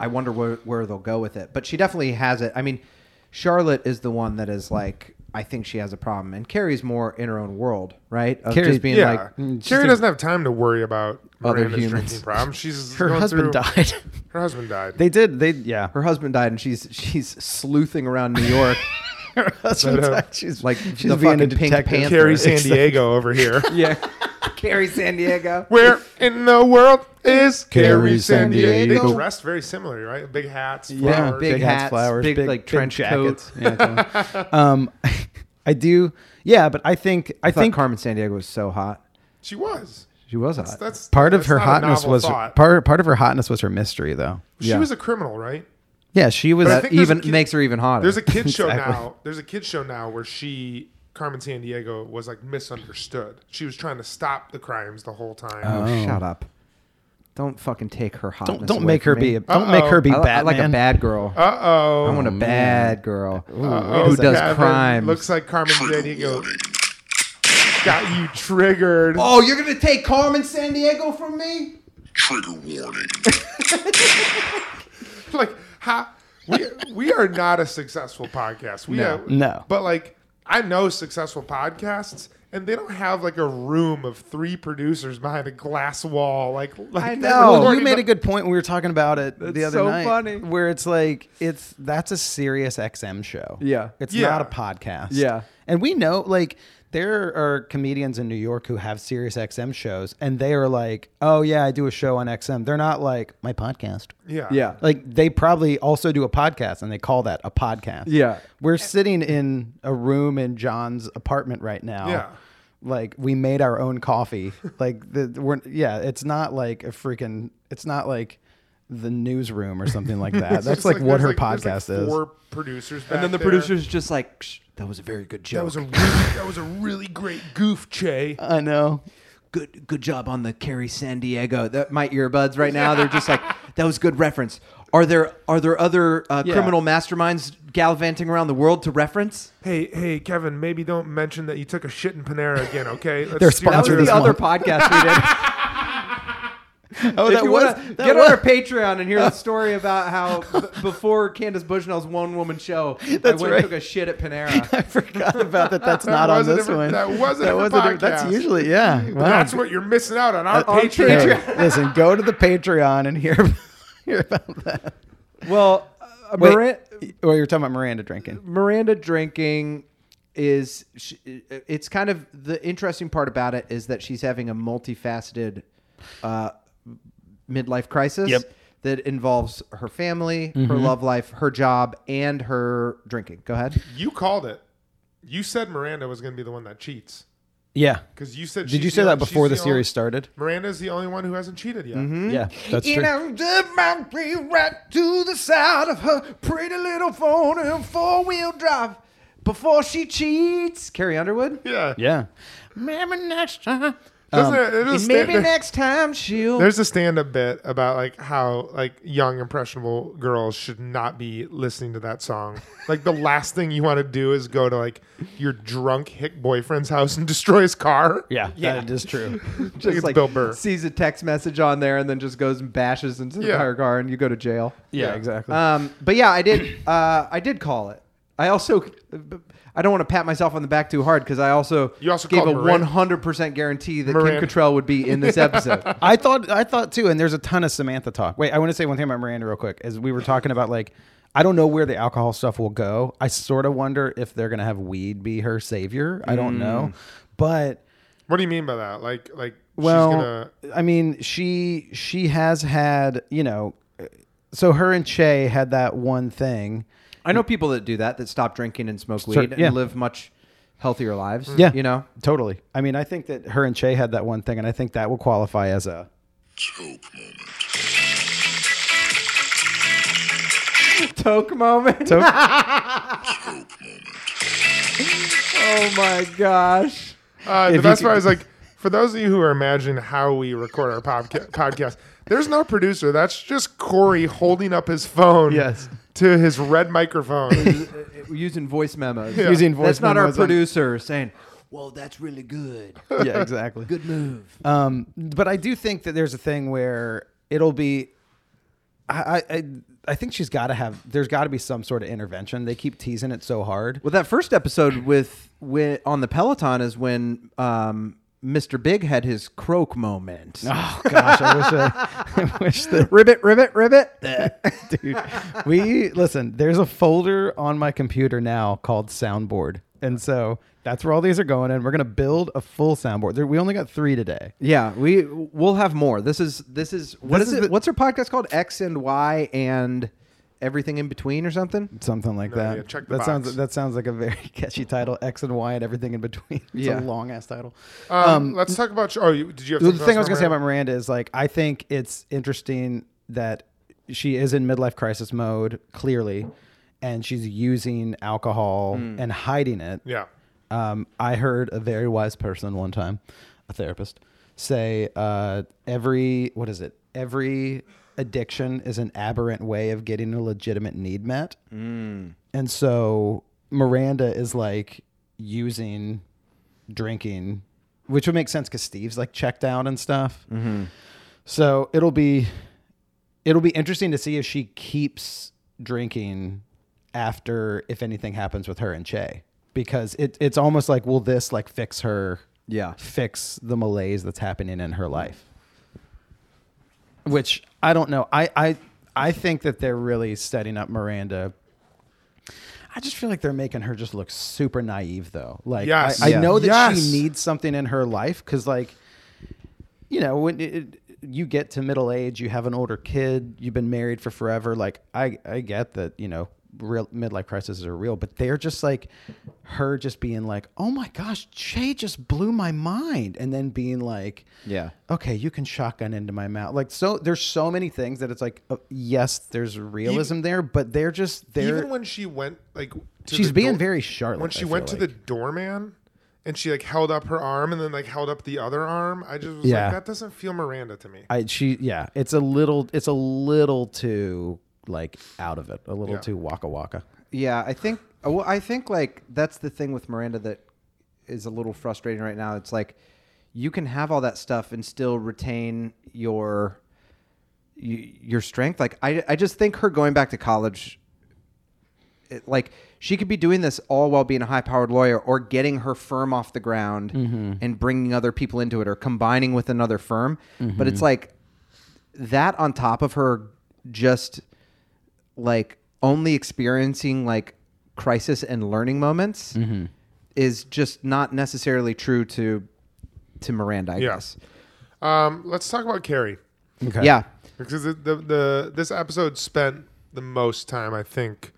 Speaker 3: I wonder where where they'll go with it. But she definitely has it. I mean, Charlotte is the one that is like, I think she has a problem, and Carrie's more in her own world, right? Of
Speaker 2: Carrie's-
Speaker 3: just being
Speaker 4: Yeah.
Speaker 3: like,
Speaker 2: mm,
Speaker 4: Carrie doesn't have time to worry about
Speaker 3: Other
Speaker 4: Miranda's
Speaker 3: humans.
Speaker 4: drinking problem. She's
Speaker 2: Her
Speaker 4: going
Speaker 2: husband
Speaker 4: through-
Speaker 2: died.
Speaker 4: Her husband died.
Speaker 2: they did. They, yeah.
Speaker 3: her husband died, and she's she's sleuthing around New York.
Speaker 2: her husband's
Speaker 4: But, uh,
Speaker 2: like- she's
Speaker 3: like
Speaker 2: like
Speaker 3: the
Speaker 2: she's being a
Speaker 3: fucking Pink
Speaker 2: detective.
Speaker 3: Panther.
Speaker 4: Carrie San Diego over here.
Speaker 3: yeah, Carrie San Diego.
Speaker 4: Where in the world is Carrie
Speaker 2: Carrie
Speaker 4: San
Speaker 2: San
Speaker 4: Diego?
Speaker 2: Diego?
Speaker 4: They dressed very similarly, right? Big hats,
Speaker 2: Yeah,
Speaker 4: flowers.
Speaker 3: big
Speaker 2: big hats,
Speaker 3: hats,
Speaker 2: flowers,
Speaker 3: big,
Speaker 2: big,
Speaker 3: like,
Speaker 2: big
Speaker 3: trench
Speaker 2: jackets. Yeah, totally. um, I do. Yeah, but I think I,
Speaker 3: I thought
Speaker 2: think
Speaker 3: Carmen San Diego was so hot.
Speaker 4: She was.
Speaker 3: She was hot.
Speaker 4: That's
Speaker 2: part of
Speaker 4: that's
Speaker 2: her
Speaker 4: not a
Speaker 2: hotness
Speaker 4: novel
Speaker 2: was
Speaker 4: thought.
Speaker 2: part part of her hotness was her mystery though.
Speaker 4: She
Speaker 3: yeah.
Speaker 4: was a criminal, right?
Speaker 2: Yeah, she was.
Speaker 4: But I
Speaker 3: that
Speaker 4: think there's a
Speaker 3: even
Speaker 4: kid-
Speaker 3: makes her even hotter.
Speaker 4: There's a kids show
Speaker 2: Exactly.
Speaker 4: now. There's a kids show now where she Carmen San Diego was like misunderstood. She was trying to stop the crimes the whole time.
Speaker 3: Oh, shut up. Don't fucking take her hotness.
Speaker 2: don't don't
Speaker 3: away
Speaker 2: make her
Speaker 3: from me.
Speaker 2: be. a- Don't make her be
Speaker 3: I, li- I
Speaker 2: Batman.
Speaker 3: like a bad girl.
Speaker 4: Uh oh.
Speaker 3: I want a bad girl who does crime.
Speaker 4: Looks like Carmen San Diego got you triggered.
Speaker 3: oh, you're gonna take Carmen San Diego from me?
Speaker 8: Trigger warning.
Speaker 4: like ha, we we are not a successful podcast. We no,
Speaker 2: no.
Speaker 4: But like I know successful podcasts, and they don't have like a room of three producers behind a glass wall. Like, like
Speaker 2: I
Speaker 4: that
Speaker 2: know.
Speaker 4: recording
Speaker 2: you made a
Speaker 4: the-
Speaker 2: good point when we were talking about it the other
Speaker 3: so
Speaker 2: night.
Speaker 3: funny.
Speaker 2: Where it's like it's that's a serious XM show.
Speaker 3: Yeah.
Speaker 2: It's
Speaker 4: Yeah.
Speaker 2: not a podcast.
Speaker 3: Yeah.
Speaker 2: And we know like there are comedians in New York who have serious XM shows and they are like, "Oh yeah, I do a show on XM." They're not like my podcast.
Speaker 4: Yeah.
Speaker 3: Yeah.
Speaker 2: Like they probably also do a podcast and they call that a podcast.
Speaker 3: Yeah.
Speaker 2: We're sitting in a room in John's apartment right now.
Speaker 4: Yeah.
Speaker 2: Like we made our own coffee. like the we're yeah, it's not like a freaking it's not like the newsroom or something like that. That's
Speaker 4: It's
Speaker 2: like, what her
Speaker 4: there's like- there's
Speaker 2: podcast
Speaker 4: like
Speaker 2: is.
Speaker 4: Four producers,
Speaker 3: And then the
Speaker 4: back there.
Speaker 3: producer's just like, Shh, that was a very good joke.
Speaker 4: That was a really, that was a really great goof, Che.
Speaker 2: I know.
Speaker 3: good good job on the Carrie San Diego. That my earbuds right now they're just like that was good reference. Are there are there other uh,
Speaker 2: Yeah.
Speaker 3: criminal masterminds gallivanting around the world to reference?
Speaker 4: Hey, hey, Kevin. Maybe don't mention that you took a shit in Panera again. Okay,
Speaker 2: They're
Speaker 4: Let's do that.
Speaker 3: That
Speaker 2: Sponsor
Speaker 3: was
Speaker 2: this
Speaker 3: the other
Speaker 2: month.
Speaker 3: podcast we did.
Speaker 2: Oh,
Speaker 3: If
Speaker 2: that
Speaker 3: you
Speaker 2: was
Speaker 3: wanna,
Speaker 2: that
Speaker 3: get
Speaker 2: was,
Speaker 3: on our Patreon and hear the story about how b- before Candace Bushnell's one woman show, I went
Speaker 2: right.
Speaker 3: and took a shit at Panera.
Speaker 2: I forgot about that. That's not on
Speaker 4: was a
Speaker 2: this one.
Speaker 4: different- that was a different
Speaker 2: a diff- That's
Speaker 4: podcast.
Speaker 2: usually yeah. Wow. Uh,
Speaker 4: That's what you're missing out on our
Speaker 2: Hey,
Speaker 4: Patreon.
Speaker 2: listen, go to the Patreon and hear hear about that.
Speaker 3: well, uh,
Speaker 2: Wait,
Speaker 3: Moran-
Speaker 2: well, you're talking about Miranda drinking.
Speaker 3: Miranda drinking is sh- it's kind of the interesting part about it is that she's having a multifaceted uh, midlife crisis
Speaker 2: Yep. Mm-hmm.
Speaker 3: that involves her family, her love life, her job, and her drinking. Go ahead.
Speaker 4: You called it. You said Miranda was going to be the one that cheats
Speaker 2: Yeah.
Speaker 4: because you said.
Speaker 2: Did
Speaker 4: she's
Speaker 2: you say
Speaker 4: the
Speaker 2: that
Speaker 4: only-
Speaker 2: before
Speaker 4: she's
Speaker 2: the
Speaker 4: only-
Speaker 2: series started? Mm-hmm.
Speaker 4: Miranda's the only one who hasn't cheated yet.
Speaker 2: Yeah, that's
Speaker 3: You know, did my way right to the side of her pretty little phone and four wheel drive before she cheats. Carrie Underwood.
Speaker 4: Yeah.
Speaker 2: Yeah. Maybe next time.
Speaker 4: Doesn't it,
Speaker 2: Um,
Speaker 4: it is
Speaker 3: Maybe
Speaker 4: sta-
Speaker 3: next time she'll.
Speaker 4: There's a stand-up bit about like how like young impressionable girls should not be listening to that song. Like the last thing you want to do is go to like your drunk hick boyfriend's house and destroy his car.
Speaker 2: Yeah,
Speaker 3: Yeah.
Speaker 2: that is true.
Speaker 4: Like,
Speaker 3: just
Speaker 4: it's
Speaker 3: like
Speaker 4: Bill Burr.
Speaker 3: sees a text message on there and then just goes and bashes into the
Speaker 4: Yeah.
Speaker 3: fire car and you go to jail.
Speaker 2: Yeah, exactly.
Speaker 3: Um, but yeah, I did. Uh, I did call it. I also. I don't want to pat myself on the back too hard because I also,
Speaker 4: You also
Speaker 3: gave
Speaker 4: called
Speaker 3: a
Speaker 4: Miranda-
Speaker 3: one hundred percent guarantee that
Speaker 4: Miranda.
Speaker 3: Kim Cattrall would be in this episode.
Speaker 2: I thought I thought too, and there's a ton of Samantha talk. Wait, I want to say one thing about Miranda real quick. As we were talking about like I don't know where the alcohol stuff will go. I sort of wonder if they're gonna have weed be her savior. I don't know. But
Speaker 4: What do you mean by that? Like like
Speaker 2: well
Speaker 4: she's gonna
Speaker 2: i mean she she has had you know so her and che had that one thing
Speaker 3: I know people that do that that stop drinking and smoke weed
Speaker 2: Sure, yeah.
Speaker 3: and live much healthier lives.
Speaker 2: yeah
Speaker 3: you know.
Speaker 2: totally i mean i think that her and che had that one thing and i think that will qualify as a
Speaker 3: Toke moment.
Speaker 2: Toke.
Speaker 3: oh my gosh.
Speaker 4: Uh, the
Speaker 2: you
Speaker 4: best
Speaker 2: could-
Speaker 4: part is like for those of you who are imagining how we record our podca- podcast, there's no producer. That's just Corey holding up his phone
Speaker 2: Yes.
Speaker 4: to his red microphone.
Speaker 3: We're Uh, using voice memos.
Speaker 2: Using voice
Speaker 3: That's not
Speaker 2: memos
Speaker 3: our
Speaker 2: on-
Speaker 3: producer saying, "Well, that's really good.
Speaker 2: yeah exactly
Speaker 3: Good move." Uh,
Speaker 2: Um, but I do think that there's a thing where it'll be. I I, I- I think she's got to have. There's got to be some sort of intervention. They keep teasing it so hard.
Speaker 3: Well, that first episode with, with on the Peloton is when um, Mr. Big had his croak moment.
Speaker 2: Oh gosh, I wish I, I wish that
Speaker 3: Ribbit, ribbit, ribbit.
Speaker 2: Eh. dude. We listen. There's a folder on my computer now called soundboard, and so that's where all these are going. And we're gonna build a full soundboard. There, we only got three today.
Speaker 3: yeah, we we'll have more. This is this is what
Speaker 2: This
Speaker 3: is
Speaker 2: is
Speaker 3: it?
Speaker 2: the-
Speaker 3: What's her podcast called? X and Y and everything in between or something.
Speaker 2: Something like that.
Speaker 4: yeah, check the
Speaker 2: that sounds
Speaker 4: box.
Speaker 2: that sounds like a very catchy title. X and Y and everything in between. It's
Speaker 3: Yeah.
Speaker 2: a long ass title.
Speaker 4: um, let's talk about. Oh, you, did you have
Speaker 2: the
Speaker 4: something
Speaker 2: thing I was
Speaker 4: else
Speaker 2: gonna say
Speaker 4: Miranda?
Speaker 2: about Miranda is like I think it's interesting that she is in midlife crisis mode clearly, and she's using alcohol and hiding it.
Speaker 4: Yeah.
Speaker 2: Um, I heard a very wise person one time, a therapist, say uh, every what is it? Every addiction is an aberrant way of getting a legitimate need met. And so Miranda is like using drinking, which would make sense because Steve's like checked out and stuff. So it'll be it'll be interesting to see if she keeps drinking after if anything happens with her and Che. because it, it's almost like will this like fix her
Speaker 3: Yeah.
Speaker 2: fix the malaise that's happening in her life which i don't know i i i think that they're really setting up miranda i just feel like they're making her just look super naive though like
Speaker 4: Yes.
Speaker 2: i, I
Speaker 3: Yeah.
Speaker 2: know that
Speaker 4: Yes.
Speaker 2: she needs something in her life because like you know when it, it- you get to middle age you have an older kid you've been married for forever like i i get that you know real midlife crises are real but they're just like her just being like oh my gosh jay just blew my mind and then being like
Speaker 3: Yeah.
Speaker 2: okay you can shotgun into my mouth like so there's so many things that it's like uh, yes there's realism there but they're just they're
Speaker 4: Even when she went, like, to
Speaker 2: She's
Speaker 4: the
Speaker 2: being very Charlotte,
Speaker 4: When
Speaker 2: I
Speaker 4: she
Speaker 2: feel
Speaker 4: went to the
Speaker 2: like.
Speaker 4: doorman and she like held up her arm and then like held up the other arm, I just was
Speaker 2: Yeah.
Speaker 4: like, that doesn't feel Miranda to me.
Speaker 2: I she yeah, it's a little it's a little too like out of it, a little too waka waka.
Speaker 3: Yeah, I think. uh, Well, I think like that's the thing with Miranda that is a little frustrating right now. It's like you can have all that stuff and still retain your y- your strength. Like I, I just think her going back to college, it, like she could be doing this all while being a high powered lawyer or getting her firm off the ground and bringing other people into it or combining with another firm. But it's like that on top of her just like only experiencing like crisis and learning moments is just not necessarily true to to Miranda, I
Speaker 4: Yeah.
Speaker 3: guess.
Speaker 4: Um, let's talk about Carrie
Speaker 2: Okay.
Speaker 3: Yeah.
Speaker 4: because the, the the this episode spent the most time I think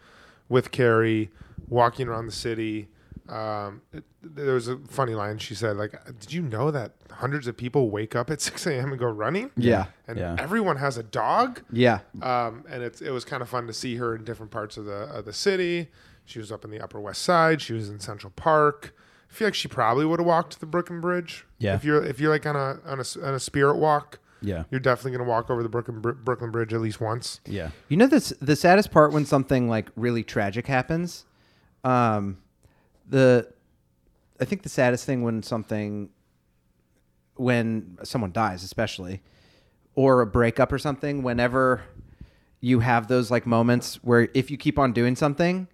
Speaker 4: with Carrie walking around the city. Um, it- there was a funny line she said, like, "Did you know that hundreds of people wake up at 6 a.m. and go running?
Speaker 3: Yeah.
Speaker 4: and
Speaker 2: Yeah.
Speaker 4: everyone has a dog.
Speaker 3: Yeah.
Speaker 4: um, and it's it was kind of fun to see her in different parts of the of the city. She was up in the Upper West Side. She was in Central Park. I feel like she probably would have walked the Brooklyn Bridge.
Speaker 2: Yeah.
Speaker 4: if you're if you're like on a on a, s- on a spirit walk,
Speaker 2: Yeah.
Speaker 4: you're definitely gonna walk over the Brooklyn Br- Brooklyn Bridge at least once.
Speaker 2: Yeah.
Speaker 3: You know this the saddest part when something like really tragic happens. Um the I think the saddest thing when something when someone dies especially or a breakup or something whenever you have those like moments where if you keep on doing something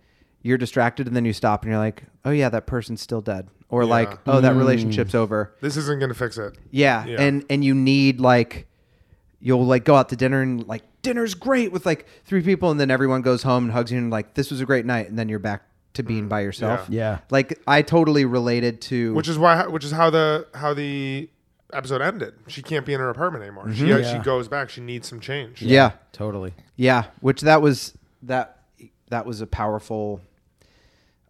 Speaker 3: you're distracted and then you stop and you're like oh yeah that person's still dead or like oh that relationship's over
Speaker 4: This isn't gonna fix it.
Speaker 3: yeah,
Speaker 4: Yeah.
Speaker 3: and and you need like you'll like go out to dinner and like dinner's great with like three people, and then everyone goes home and hugs you and like this was a great night, and then you're back to being by yourself.
Speaker 2: Yeah. Yeah.
Speaker 3: like I totally related to
Speaker 4: Mm, Which is why which is how the how the episode ended. She can't be in her apartment anymore. She actually
Speaker 2: Mm-hmm. Yeah.
Speaker 4: goes back. She needs some change.
Speaker 3: yeah
Speaker 2: Totally.
Speaker 3: yeah, which that was that that was a powerful.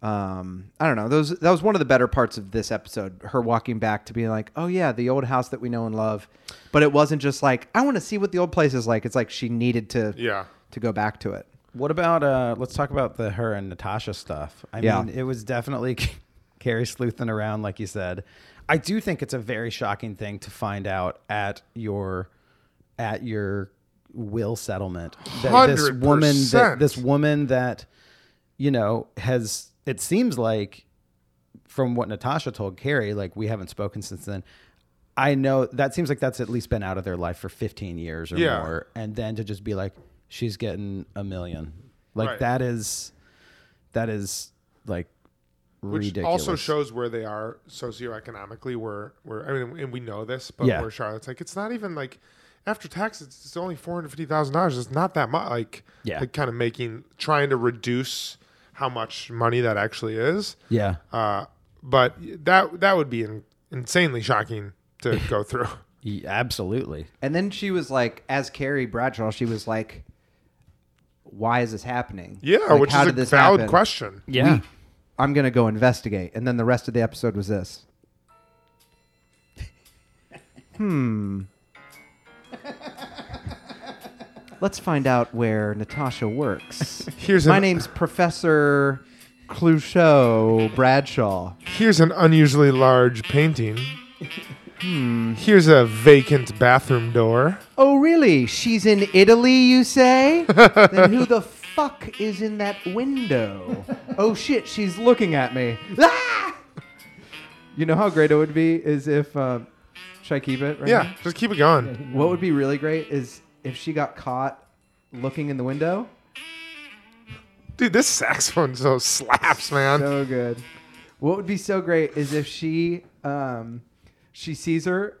Speaker 3: Um, I don't know. Those that was one of the better parts of this episode. Her walking back to being like, "Oh yeah, the old house that we know and love," but it wasn't just like, "I want to see what the old place is like." It's like she needed to
Speaker 4: Yeah.
Speaker 3: to go back to it.
Speaker 2: What about uh let's talk about the her and Natasha stuff. I
Speaker 3: Yeah.
Speaker 2: mean, it was definitely Carrie sleuthing around like you said. I do think it's a very shocking thing to find out at your at your will settlement that this woman that
Speaker 4: 100%.
Speaker 2: this woman that you know has it seems like from what Natasha told Carrie, like we haven't spoken since then. I know that seems like that's at least been out of their life for 15 years or
Speaker 4: Yeah.
Speaker 2: more. And then to just be like, she's getting a million. Like
Speaker 4: Right.
Speaker 2: that is, that is like
Speaker 4: which
Speaker 2: ridiculous.
Speaker 4: also shows where they are socioeconomically where where i mean and we know this but
Speaker 2: Yeah.
Speaker 4: where charlotte's like it's not even like after taxes it's, it's only $450000 it's not that much like,
Speaker 2: Yeah.
Speaker 4: like kind of making trying to reduce how much money that actually is
Speaker 2: yeah.
Speaker 4: uh, but that that would be in, insanely shocking to go through
Speaker 2: Y- Absolutely.
Speaker 3: And then she was like, as Carrie Bradshaw, she was like, "Why is this happening?
Speaker 4: yeah
Speaker 3: Like,
Speaker 4: which
Speaker 3: how
Speaker 4: is a
Speaker 3: did this
Speaker 4: valid
Speaker 3: happen?
Speaker 4: question
Speaker 2: Yeah.
Speaker 3: I'm gonna go investigate." And then the rest of the episode was this. Hmm. Let's find out where Natasha works.
Speaker 4: Here's
Speaker 3: my
Speaker 4: an-
Speaker 3: name's Professor Clouchot Bradshaw.
Speaker 4: here's an unusually large painting here's a vacant bathroom door
Speaker 3: Oh, really? She's in Italy, you say? then who the fuck is in that window? Oh shit, she's looking at me. Ah! You know how great it would be is if uh, should I keep it? Right
Speaker 4: yeah just keep it going
Speaker 3: now? What would be really great is if she got caught looking in the window.
Speaker 4: Dude, this saxophone so slaps, man.
Speaker 3: So good. What would be so great is if she um, she sees her,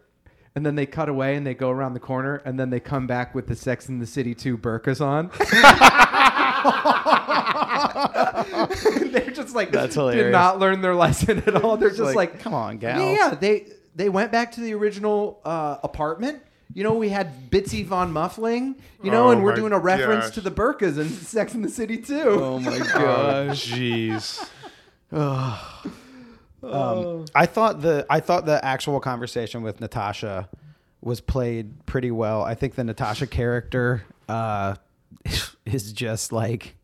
Speaker 3: and then they cut away and they go around the corner, and then they come back with the Sex in the City two burkas on. They're just like
Speaker 7: That's
Speaker 3: did
Speaker 7: hilarious.
Speaker 3: not learn their lesson at all. They're just like,
Speaker 7: like, "Come on,
Speaker 3: Yeah,
Speaker 7: gals."
Speaker 3: Yeah, they they went back to the original uh, apartment. You know, we had Bitsy von Muffling. You know,
Speaker 4: Oh
Speaker 3: and we're
Speaker 4: my
Speaker 3: doing a reference
Speaker 4: gosh.
Speaker 3: to the burkas in Sex in the City too.
Speaker 7: Oh my
Speaker 4: Oh,
Speaker 7: god.
Speaker 4: Jeez.
Speaker 2: I thought the I thought the actual conversation with Natasha was played pretty well. I think the Natasha character uh, is just like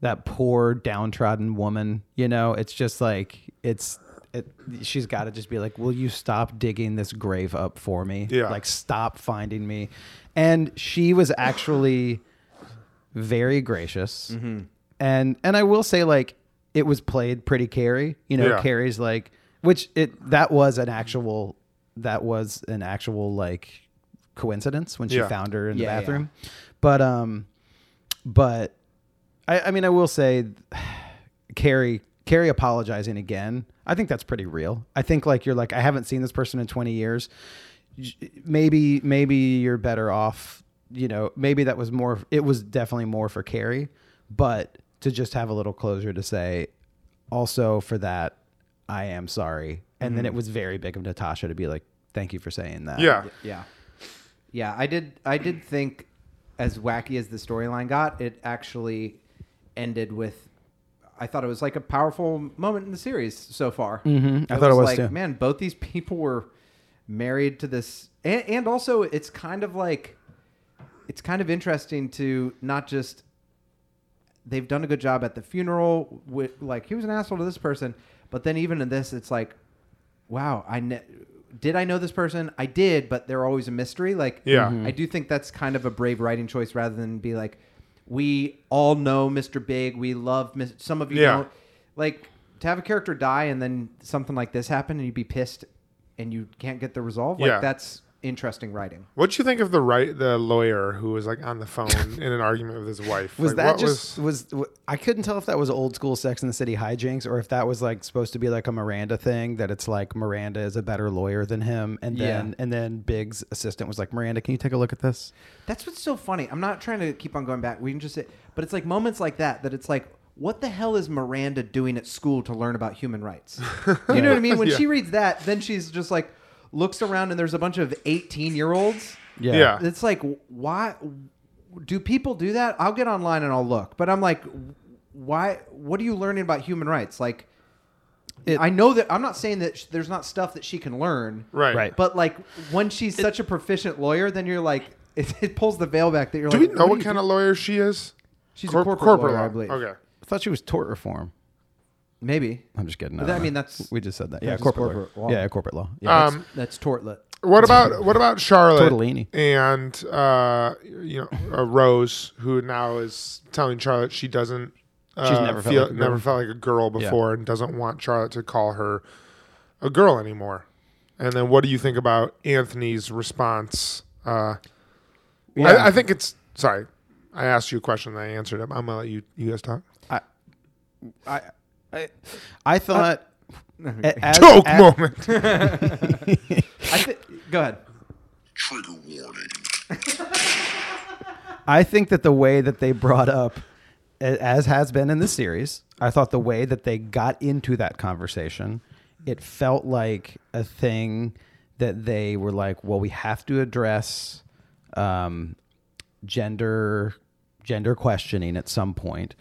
Speaker 2: that poor downtrodden woman. You know, it's just like it's. It, she's got to just be like, "Will you stop digging this grave up for me?
Speaker 4: Yeah.
Speaker 2: Like, stop finding me." And she was actually very gracious,
Speaker 4: Mm-hmm.
Speaker 2: and and I will say like it was played pretty Carrie. You know,
Speaker 4: Yeah.
Speaker 2: Carrie's like, which it that was an actual that was an actual like coincidence when she
Speaker 4: Yeah.
Speaker 2: found her in
Speaker 7: Yeah,
Speaker 2: the
Speaker 7: yeah.
Speaker 2: bathroom, but um, but I I mean I will say Carrie Carrie apologizing again. I think that's pretty real. I think like you're like I haven't seen this person in 20 years. J- Maybe maybe you're better off, you know, maybe that was more it was definitely more for Carrie, but to just have a little closure to say also for that I am sorry. And then it was very big of Natasha to be like thank you for saying that.
Speaker 4: Yeah.
Speaker 3: Yeah. Yeah, I did I did think as wacky as the storyline got, it actually ended with I thought it was like a powerful moment in the series so far. Mm-hmm.
Speaker 2: I thought it was,
Speaker 3: like,
Speaker 2: too.
Speaker 3: man, both these people were married to this and, and also it's kind of like it's kind of interesting to not just they've done a good job at the funeral with like he was an asshole to this person but then even in this it's like wow i ne- did i know this person i did but they're always a mystery like
Speaker 4: Yeah. Mhm.
Speaker 3: i do think that's kind of a brave writing choice rather than be like we all know mr big we love Mis- some of you
Speaker 4: Yeah.
Speaker 3: don't like to have a character die and then something like this happen and you'd be pissed and you can't get the resolve like
Speaker 4: Yeah.
Speaker 3: that's interesting writing
Speaker 4: What'd you think of the right the lawyer who was like on the phone in an argument with his wife?
Speaker 2: Was
Speaker 4: Like,
Speaker 2: that
Speaker 4: what
Speaker 2: just
Speaker 4: was-
Speaker 2: was, w I couldn't tell if that was old school Sex in the City hijinks or if that was like supposed to be like a Miranda thing that it's like Miranda is a better lawyer than him and
Speaker 3: Yeah.
Speaker 2: then and then Big's assistant was like Miranda, can you take a look at this?
Speaker 3: That's what's so funny. I'm not trying to keep on going back. We can just say, but it's like moments like that that it's like, what the hell is Miranda doing at school to learn about human rights? You know what I mean? When she reads that, then she's just like, looks around and there's a bunch of 18 year olds.
Speaker 4: Yeah.
Speaker 3: It's like, why do people do that? I'll get online and I'll look, but I'm like, why? What are you learning about human rights? Like, I know that I'm not saying that sh- there's not stuff that she can learn,
Speaker 4: Right.
Speaker 2: Right.
Speaker 3: But like when she's such a proficient lawyer, then you're like, it, it pulls the veil back that you're
Speaker 4: Do we
Speaker 3: like,
Speaker 4: know what, kind of lawyer she is?
Speaker 3: She's a
Speaker 4: Corp-
Speaker 3: corporate lawyer, I believe.
Speaker 4: Okay.
Speaker 2: I thought she was tort reform.
Speaker 3: of maybe
Speaker 2: I'm just kidding.
Speaker 3: But
Speaker 2: don't
Speaker 3: I mean,
Speaker 2: know.
Speaker 3: that's-
Speaker 2: we just said that.
Speaker 3: that's
Speaker 2: Yeah,
Speaker 3: just
Speaker 2: corporate,
Speaker 3: corporate
Speaker 2: law.
Speaker 3: law.
Speaker 2: Yeah, corporate law. Yeah.
Speaker 4: Um,
Speaker 3: that's tortlet.
Speaker 4: What about what about Charlotte
Speaker 2: Tortellini.
Speaker 4: and uh, you know uh, Rose, who now is telling Charlotte she doesn't. Uh,
Speaker 2: She's never felt
Speaker 4: feel,
Speaker 2: like a girl.
Speaker 4: never felt like a girl before and doesn't want Charlotte to call her a girl anymore. And then, what do you think about Anthony's response? Uh, I, I think it's sorry. I asked you a question, and I answered it. I'm gonna let you you guys talk.
Speaker 2: I, I thought a- as-
Speaker 4: Joke
Speaker 2: as-
Speaker 4: moment.
Speaker 3: I thi- go ahead.
Speaker 2: I think that the way that they brought up, a- as has been in this series, I thought the way that they got into that conversation, it felt like a thing that they were like, well, we have to address um, gender gender questioning at some point.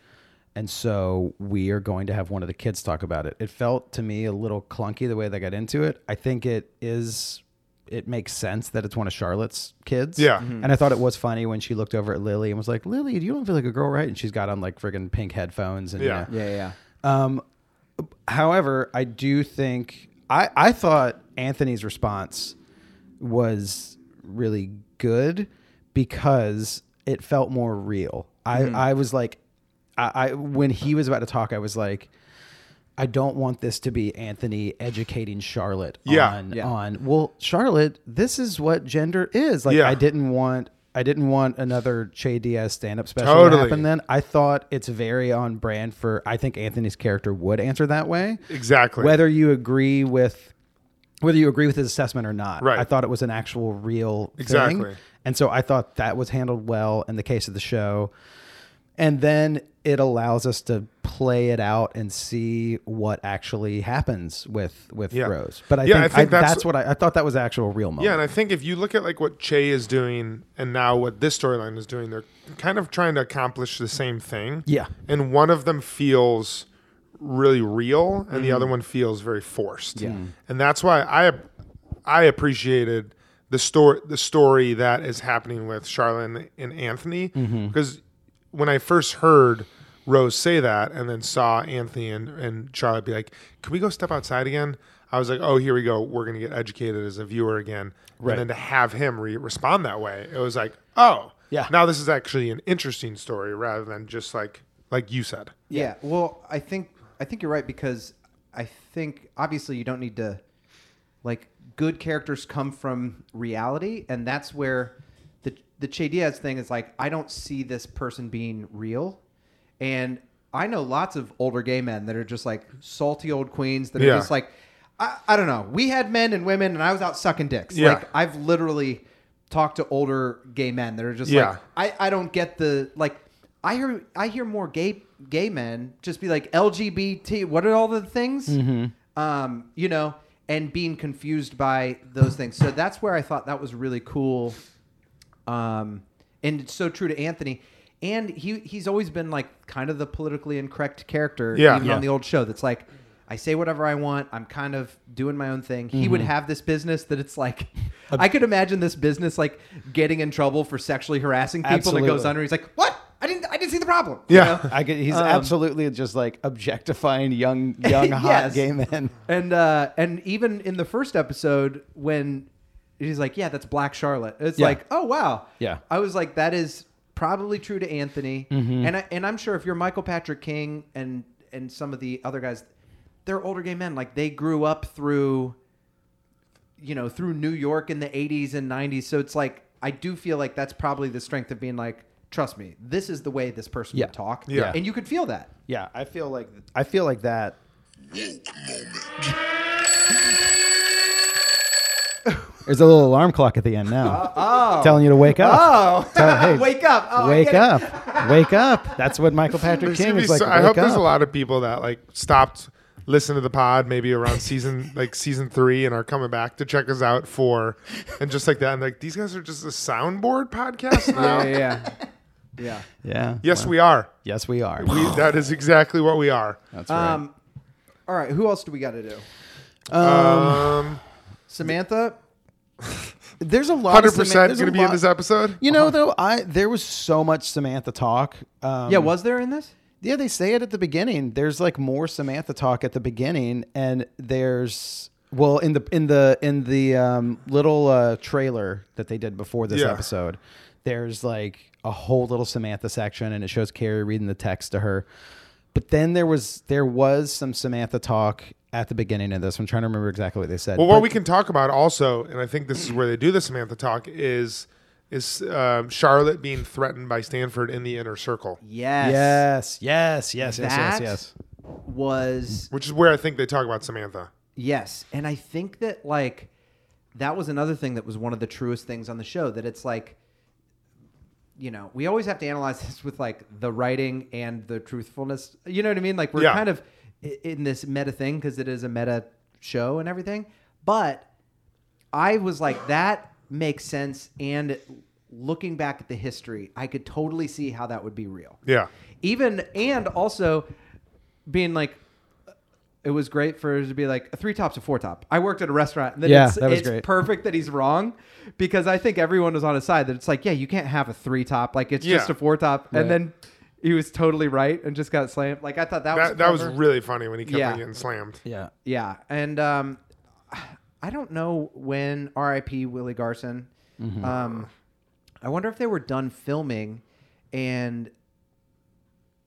Speaker 2: And so we are going to have one of the kids talk about it. It felt to me a little clunky the way they got into it. I think it is it makes sense that it's one of Charlotte's kids.
Speaker 4: Yeah.
Speaker 3: Mm-hmm.
Speaker 2: And I thought it was funny when she looked over at Lily and was like, Lily, you don't feel like a girl, right? And she's got on like friggin' pink headphones and you
Speaker 4: Yeah.
Speaker 2: know. Um,
Speaker 3: Yeah, yeah.
Speaker 2: However, I do think I, I thought Anthony's response was really good because it felt more real.
Speaker 3: Mm-hmm.
Speaker 2: I, I was like, I, I when he was about to talk, I was like, I don't want this to be Anthony educating Charlotte
Speaker 4: Yeah.
Speaker 2: on
Speaker 3: Yeah.
Speaker 2: on well, Charlotte, this is what gender is. Like
Speaker 4: Yeah.
Speaker 2: I didn't want I didn't want another Che Diaz stand up special to
Speaker 4: Totally.
Speaker 2: happen then. I thought it's very on brand for I think Anthony's character would answer that way.
Speaker 4: Exactly.
Speaker 2: Whether you agree with whether you agree with his assessment or not.
Speaker 4: Right.
Speaker 2: I thought it was an actual real thing.
Speaker 4: Exactly.
Speaker 2: And so I thought that was handled well in the case of the show. And then it allows us to play it out and see what actually happens with with
Speaker 4: Yeah.
Speaker 2: Rose. But I
Speaker 4: Yeah,
Speaker 2: think,
Speaker 4: I think
Speaker 2: I- that's,
Speaker 4: that's-
Speaker 2: what I, I thought that was the actual real moment.
Speaker 4: Yeah, and I think if you look at like what Che is doing and now what this storyline is doing, they're kind of trying to accomplish the same thing.
Speaker 2: Yeah.
Speaker 4: And one of them feels really real and the other one feels very forced. Yeah. And that's why I I appreciated the story the story that is happening with Charlotte and Anthony because when I first heard Rose say that and then saw Anthony and, and Charlotte be like, Can we go step outside again? I was like, Oh, here we go. We're going to get educated as a viewer again. And then to have him re- respond that way, it was like, Oh,
Speaker 2: Yeah.
Speaker 4: Now this is actually an interesting story rather than just like, like you said.
Speaker 3: Yeah. Well, I think I think you're right because I think obviously you don't need to like good characters come from reality, and that's where the the Che Diaz thing is like I don't see this person being real, and I know lots of older gay men that are just like salty old queens that are
Speaker 4: Yeah.
Speaker 3: just like I, I don't know. We had men and women, and I was out sucking dicks.
Speaker 4: Yeah.
Speaker 3: Like I've literally talked to older gay men that are just
Speaker 4: Yeah.
Speaker 3: like I, I don't get the like I hear I hear more gay gay men just be like LGBT. What are all the things? Um, you know, and being confused by those things. So that's where I thought that was really cool. Um, and it's so true to Anthony. And he he's always been like kind of the politically incorrect character,
Speaker 4: Yeah.
Speaker 3: even
Speaker 4: Yeah.
Speaker 3: on the old show. That's like, I say whatever I want. I'm kind of doing my own thing. He would have this business that it's like, I could imagine this business like getting in trouble for sexually harassing people, and it goes
Speaker 2: Absolutely.
Speaker 3: under. He's like, what? I didn't I didn't see the problem.
Speaker 4: Yeah.
Speaker 2: I get, he's
Speaker 4: Um,
Speaker 2: absolutely just like objectifying young, young, hot
Speaker 3: Yes.
Speaker 2: gay men.
Speaker 3: And uh, and even in the first episode when he's like, "Yeah, that's Black Charlotte," it's
Speaker 2: Yeah.
Speaker 3: like, "Oh wow."
Speaker 2: Yeah.
Speaker 3: I was like, "That is probably true to Anthony,"
Speaker 2: Mm-hmm.
Speaker 3: and I, and I'm sure if you're Michael Patrick King and and some of the other guys, they're older gay men. Like they grew up through, you know, through New York in the '80s and '90s. So it's like I do feel like that's probably the strength of being like, "Trust me, this is the way this person
Speaker 2: Yeah.
Speaker 3: would talk,"
Speaker 4: Yeah.
Speaker 3: and you could feel that.
Speaker 2: Yeah, I feel like I feel like that. There's a little alarm clock at the end now, telling you to wake up.
Speaker 3: Oh,
Speaker 2: Tell- hey,
Speaker 3: wake up! Oh, I
Speaker 2: wake
Speaker 3: get it.
Speaker 2: up! Wake up! That's what Michael Patrick
Speaker 4: There's gonna
Speaker 2: King
Speaker 4: be
Speaker 2: is like.
Speaker 4: so- I
Speaker 2: wake
Speaker 4: hope there's
Speaker 2: up.
Speaker 4: a lot of people that like stopped listening to the pod maybe around season like season three and are coming back to check us out for and just like that. And like these guys are just a soundboard podcast now.
Speaker 3: yeah.
Speaker 2: Yeah.
Speaker 4: Yes, we are.
Speaker 2: Yes, we are.
Speaker 4: We, that is exactly what we are.
Speaker 2: That's right.
Speaker 3: Um, all right, who else do we got to do?
Speaker 4: Um,
Speaker 3: Samantha.
Speaker 2: there's a lot.
Speaker 4: hundred
Speaker 2: of Samantha-
Speaker 4: percent
Speaker 2: there's
Speaker 4: going to
Speaker 2: a
Speaker 4: be in
Speaker 2: lot-
Speaker 4: this Uh-huh. episode.
Speaker 2: You know, though, I there was so much Samantha talk. Um,
Speaker 3: Yeah, was there in this?
Speaker 2: Yeah, they say it at the beginning. There's like more Samantha talk at the beginning, and there's well in the in the in the um, little uh, trailer that they did before this
Speaker 4: Yeah.
Speaker 2: episode. There's like a whole little Samantha section, and it shows Carrie reading the text to her. But then there was there was some Samantha talk at the beginning of this. I'm trying to remember exactly what they said.
Speaker 4: Well, what
Speaker 2: But-
Speaker 4: we can talk about also, and I think this is where they do the Samantha talk, is is um, Charlotte being threatened by Stanford in the inner circle,
Speaker 3: Yes.
Speaker 2: yes, yes, yes, yes, yes,
Speaker 3: That
Speaker 2: yes.
Speaker 3: was
Speaker 4: which is where I think they talk about Samantha.
Speaker 3: yes, and I think that like that was another thing that was one of the truest things on the show that it's like you know, we always have to analyze this with like the writing and the truthfulness. You know what I mean? Like we're
Speaker 4: Yeah.
Speaker 3: kind of i- in this meta thing because it is a meta show and everything. But I was like, that makes sense. And looking back at the history, I could totally see how that would be real.
Speaker 4: Yeah.
Speaker 3: Even and also being like, it was great for it to be like a three tops a four top. I worked at a restaurant. And then
Speaker 2: Yeah,
Speaker 3: it's,
Speaker 2: that was
Speaker 3: it's
Speaker 2: great.
Speaker 3: perfect that he's wrong because I think everyone was on his side that it's like, yeah, you can't have a three top. Like it's just
Speaker 4: Yeah.
Speaker 3: a four top. And then he was totally right and just got slammed. Like I thought that, was
Speaker 4: That, that was
Speaker 3: clever.
Speaker 4: really funny when he kept
Speaker 3: Yeah.
Speaker 4: on getting slammed.
Speaker 2: Yeah.
Speaker 3: Yeah, and um, I don't know when R.I.P. Willie Garson. Um, I wonder if they were done filming, and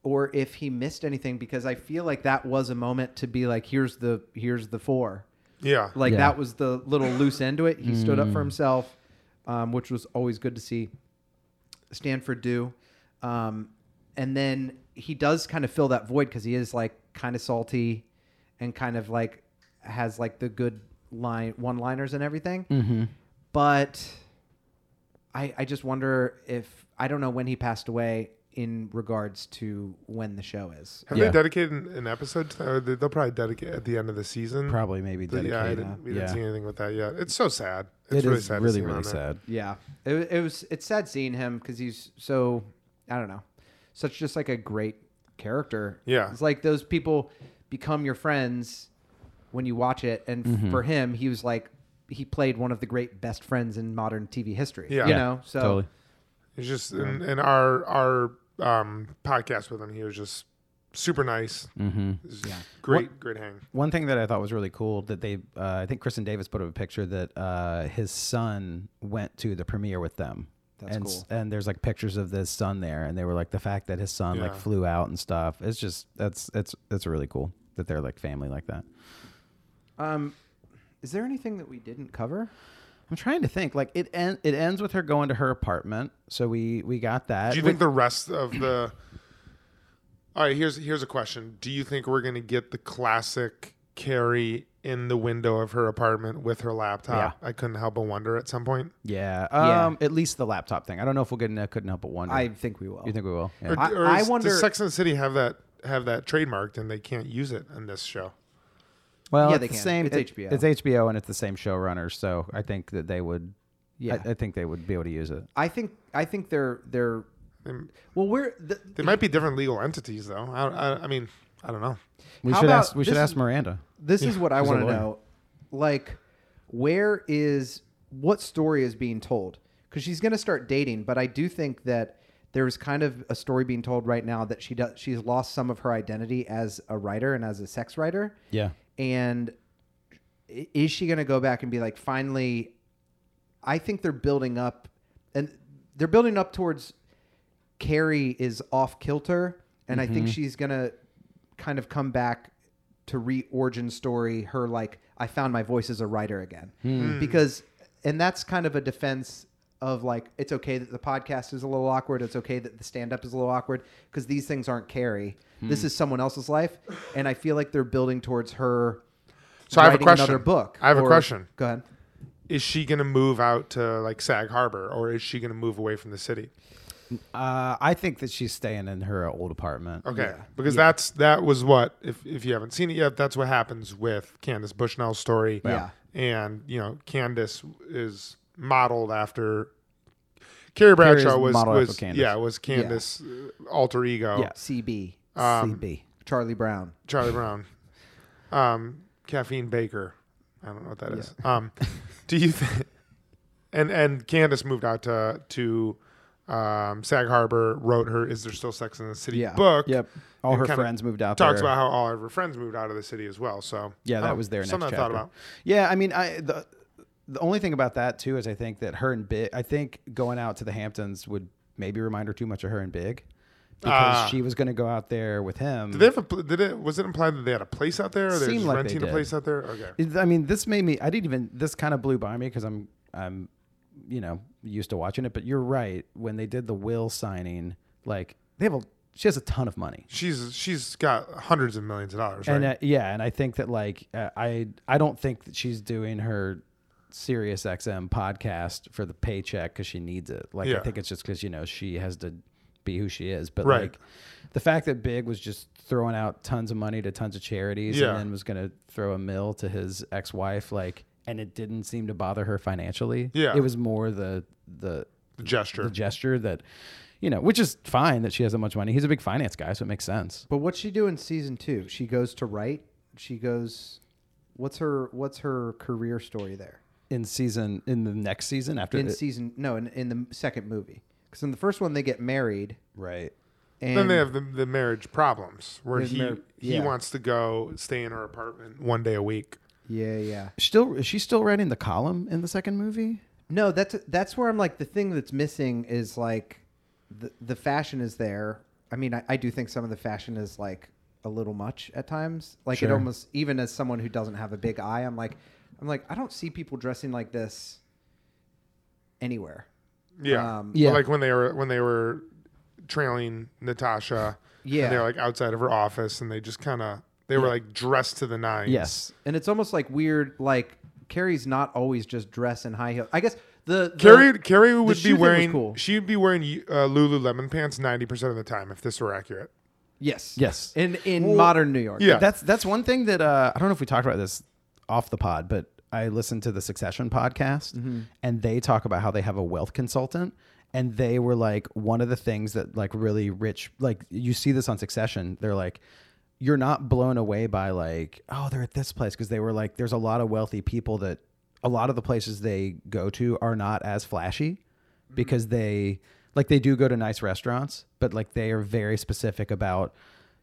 Speaker 3: or if he missed anything because I feel like that was a moment to be like, here's the here's the four.
Speaker 4: Yeah.
Speaker 3: Like that was the little loose end to it. He stood up for himself, um, which was always good to see. Stanford do. Um, and then he does kind of fill that void because he is like kind of salty and kind of like has like the good line one liners and everything. But I, I just wonder if I don't know when he passed away in regards to when the show is.
Speaker 4: Have
Speaker 2: Yeah.
Speaker 4: they dedicated an, an episode? To that? Or they- they'll probably dedicate at the end of the season.
Speaker 2: Probably maybe
Speaker 4: But yeah, I
Speaker 2: dedicate,
Speaker 4: didn't, we
Speaker 2: yeah.
Speaker 4: didn't see anything with that yet. It's so sad.
Speaker 2: It
Speaker 4: It's really
Speaker 2: is
Speaker 4: sad. to see
Speaker 2: really,
Speaker 4: him
Speaker 2: really
Speaker 4: on there.
Speaker 2: sad.
Speaker 3: Yeah, it, wa- it was. It's sad seeing him because he's so. I don't know, such just like a great character.
Speaker 4: Yeah.
Speaker 3: it's like those people become your friends when you watch it, and f-
Speaker 2: Mm-hmm.
Speaker 3: for him, he was like he played one of the great best friends in modern TV history.
Speaker 4: Yeah.
Speaker 3: you
Speaker 4: Yeah,
Speaker 3: know, so
Speaker 2: totally.
Speaker 4: It's just in, in our our um, podcast with him. He was just super nice. Mm-hmm. Great, great hang.
Speaker 2: One thing that I thought was really cool that they, uh, I think Kristen Davis put up a picture that uh, his son went to the premiere with them. That's and, s- And there's like pictures of this son there, and they were like the fact that his son like
Speaker 4: Yeah.
Speaker 2: flew out and stuff. It's just that's it's it's really cool that they're like family like that.
Speaker 3: um, is there anything that we didn't cover?
Speaker 2: I'm trying to think. Like it en- it ends with her going to her apartment, so we we got that.
Speaker 4: Do you think the rest of the? All right, here's here's a question. Do you think we're gonna get the classic Carrie in the window of her apartment with her laptop? I couldn't help but wonder at some point.
Speaker 2: yeah,
Speaker 3: Yeah.
Speaker 2: um, at least the laptop thing. I don't know if we'll get into couldn't help but wonder.
Speaker 3: I think we will.
Speaker 2: you think we will? Yeah.
Speaker 4: Or,
Speaker 3: I-
Speaker 4: or
Speaker 3: I
Speaker 4: is-
Speaker 3: wonder-
Speaker 4: Does Sex and the City have that have that trademarked and they can't use it in this show?
Speaker 2: Well,
Speaker 3: Yeah,
Speaker 2: it's
Speaker 3: they
Speaker 2: the
Speaker 3: can.
Speaker 2: same.
Speaker 3: It's
Speaker 2: it-
Speaker 3: HBO.
Speaker 2: It's HBO, and it's the same showrunner. So I think that they would. Yeah,
Speaker 3: Yeah.
Speaker 2: I, I think they would be able to use it.
Speaker 3: I think I think they're they're.
Speaker 4: They,
Speaker 3: Well, we're the,
Speaker 4: they might be different legal entities, though. I, I, I mean, I don't know.
Speaker 2: We
Speaker 3: How
Speaker 2: should
Speaker 3: about-
Speaker 2: ask. We should
Speaker 3: this
Speaker 2: ask
Speaker 3: is-
Speaker 2: Miranda.
Speaker 3: this is what I
Speaker 2: she's a
Speaker 3: want to
Speaker 2: lawyer.
Speaker 3: know. Like, where is what story is being told? Because she's going to start dating, but I do think that there's kind of a story being told right now that she does she's lost some of her identity as a writer and as a sex writer.
Speaker 2: Yeah.
Speaker 3: And i- is she going to go back and be like, finally? I think they're building up, and they're building up towards Carrie is off kilter, and
Speaker 2: Mm-hmm.
Speaker 3: I think she's gonna kind of come back to re-origin story her like I found my voice as a writer again
Speaker 4: Hmm.
Speaker 3: because and that's kind of a defense of like it's okay that the podcast is a little awkward it's okay that the stand-up is a little awkward because these things aren't Carrie
Speaker 4: Hmm.
Speaker 3: this is someone else's life and I feel like they're building towards her
Speaker 4: So I have a
Speaker 3: writing
Speaker 4: question.
Speaker 3: another book
Speaker 4: I have a
Speaker 3: or-
Speaker 4: question.
Speaker 3: go ahead
Speaker 4: Is she going to move out to like Sag Harbor, or is she going to move away from the city?
Speaker 2: Uh, I think that she's staying in her old apartment.
Speaker 4: Okay, because that's that was what if if you haven't seen it yet, that's what happens with Candace Bushnell's story.
Speaker 3: Yeah.
Speaker 4: and you know Candace is modeled after Carrie Bradshaw was
Speaker 2: modeled after
Speaker 4: was
Speaker 2: Candace.
Speaker 4: yeah was Candace uh, alter ego
Speaker 2: Yeah.
Speaker 3: CB
Speaker 4: Um,
Speaker 3: CB Charlie Brown
Speaker 4: Charlie Brown, um, caffeine Baker. I don't know what that is. Um, do you think? And and Candace moved out to to um, Sag Harbor. Wrote her "Is There Still Sex in the City"
Speaker 3: Yeah.
Speaker 4: book.
Speaker 2: Yep. All
Speaker 4: and
Speaker 2: her
Speaker 4: kinda
Speaker 2: friends moved out
Speaker 4: Talks
Speaker 2: there.
Speaker 4: about how all of her friends moved out of the city as well. So
Speaker 2: Yeah,
Speaker 4: I
Speaker 2: that
Speaker 4: don't-
Speaker 2: was their next
Speaker 4: something
Speaker 2: chapter.
Speaker 4: I thought about.
Speaker 2: Yeah, I mean, I the the only thing about that too is I think that her and Big, I think going out to the Hamptons would maybe remind her too much of her and Big, because
Speaker 4: Ah.
Speaker 2: she was going to go out there with him.
Speaker 4: Did they have a? pl- Did it? Was it implied that they had a place out there? Or they were
Speaker 2: Seemed
Speaker 4: just
Speaker 2: like they
Speaker 4: renting
Speaker 2: did.
Speaker 4: a place out there. Okay.
Speaker 2: It- I mean, this made me. I didn't even. This kind of blew by me because I'm, I'm, you know, used to watching it. But you're right. When they did the will signing, like they have a, she has a ton of money.
Speaker 4: She's she's got hundreds of millions of dollars. Right?
Speaker 2: And uh, yeah, and I think that like uh, I, I don't think that she's doing her Sirius XM podcast for the paycheck because she needs it. Like I
Speaker 4: Yeah.
Speaker 2: think it's just because you know she has to be who she is. But
Speaker 4: Right.
Speaker 2: like the fact that Big was just throwing out tons of money to tons of charities
Speaker 4: Yeah.
Speaker 2: and then was going to throw a mill to his ex-wife, like, and it didn't seem to bother her financially.
Speaker 4: Yeah.
Speaker 2: it was more the the
Speaker 4: the gesture.
Speaker 2: the gesture that. You know, which is fine that she has that much money. He's a big finance guy, so it makes sense.
Speaker 3: But what's she do in season two? She goes to write. She goes. What's her What's her career story there?
Speaker 2: In season, in the next season after
Speaker 3: In
Speaker 2: the-
Speaker 3: season no, in, in the second movie. Because in the first one they get married,
Speaker 2: Right.
Speaker 3: and
Speaker 4: then they have the, the marriage problems where
Speaker 3: There's
Speaker 4: he
Speaker 3: mar-
Speaker 4: he
Speaker 3: yeah.
Speaker 4: wants to go stay in her apartment one day a week.
Speaker 3: yeah, yeah.
Speaker 2: Still, is she still writing the column in the second movie?
Speaker 3: No, that's that's where I'm like the thing that's missing is like the the fashion is there. I mean, I, I do think some of the fashion is like a little much at times. Like it
Speaker 2: Sure.
Speaker 3: almost even as someone who doesn't have a big eye, I'm like I'm like I don't see people dressing like this anywhere.
Speaker 4: Yeah. Um,
Speaker 2: Yeah.
Speaker 4: Like when they were when they were trailing Natasha.
Speaker 3: Yeah.
Speaker 4: And they were like outside of her office and they just kind of they were like dressed to the nines.
Speaker 2: Yes.
Speaker 3: And it's almost like weird. Like Carrie's not always just dress in high heels. I guess the, the
Speaker 4: Carrie Carrie
Speaker 3: the
Speaker 4: would be
Speaker 3: shoe thing was
Speaker 4: wearing
Speaker 3: cool.
Speaker 4: she'd be wearing uh, Lululemon pants 90% of the time if this were accurate.
Speaker 3: Yes.
Speaker 2: Yes.
Speaker 3: In in modern New York.
Speaker 4: Yeah.
Speaker 2: That's that's one thing that uh, I don't know if we talked about this off the pod, but I listened to the Succession podcast, and they talk about how they have a wealth consultant, and they were like one of the things that like really rich, like you see this on Succession, they're like. You're not blown away by like, oh, they're at this place because they were like, there's a lot of wealthy people that a lot of the places they go to are not as flashy Mm-hmm. because they like they do go to nice restaurants, but like they are very specific about